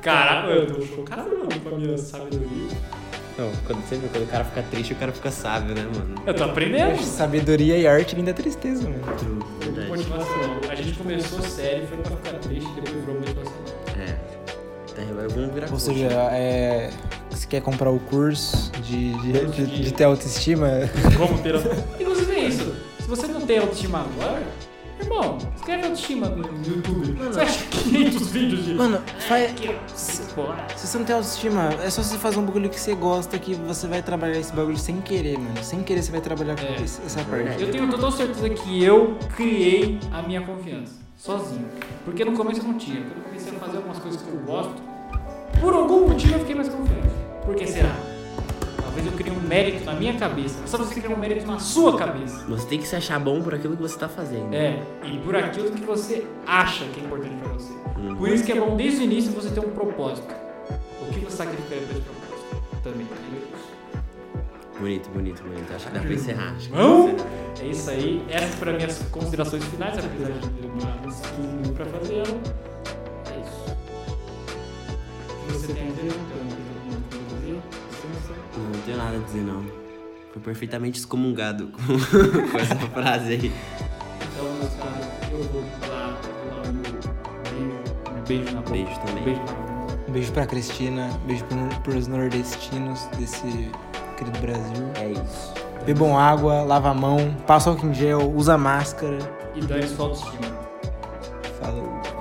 A: Caraca, eu tô chocado mano, com a minha sabedoria.
B: Não, quando, sempre, quando o cara fica triste, o cara fica sábio, né, mano?
A: Eu tô aprendendo.
C: Sabedoria e arte vem da tristeza, mano.
B: Verdade.
A: Motivacional. A gente começou sério, foi pra ficar triste, depois virou motivacional.
B: É. Tá, agora vamos virar
C: Ou
B: coach.
C: seja, é, se quer comprar o curso de, de, de- de ter autoestima,
A: Vamos ter a... Inclusive é isso. Se você não tem autoestima agora, irmão, escreve autoestima no no YouTube. Você acha 500 vídeos de...
C: mano, faz,
A: Que- que porra.
C: Se você não tem autoestima, é só você fazer um bagulho que você gosta que você vai trabalhar esse bagulho sem querer, mano. Sem querer você vai trabalhar com
A: É.
C: esse- essa parte.
A: Eu tenho total certeza que eu criei a minha confiança, sozinho. Porque no começo eu não tinha. Quando eu comecei a fazer algumas coisas que eu gosto, por algum motivo eu fiquei mais confiante. Por que será? Talvez eu crio um mérito na minha cabeça. Só você criar um mérito na sua cabeça.
B: Você tem que se achar bom por aquilo que você tá fazendo.
A: É, e por aquilo que você acha que é importante pra você. Por isso que é bom desde o início você ter um propósito. O que você sacrificaria pra esse propósito? Também.
B: Bonito, bonito, bonito. Acho que dá pra encerrar. acho que dá pra
A: Não?
B: encerrar.
A: É isso aí. Essas foram as minhas considerações finais, apesar de demorar uns 15 minutos pra fazer ela. É isso. O que Você tem a dizer? Não tem a dizer? Licença.
B: Não tenho nada a dizer, não. Fui perfeitamente excomungado com, com essa frase aí.
A: Então, meus caros, eu vou lá, vou lá, meu beijo, beijo na boca.
B: Beijo também.
A: Beijo na boca.
C: Um beijo pra Cristina, um beijo pro- pros nordestinos desse querido Brasil.
B: É isso.
C: Bebam água, lava a mão, passa álcool em gel, usa máscara.
A: E dane sua autoestima.
C: Falou.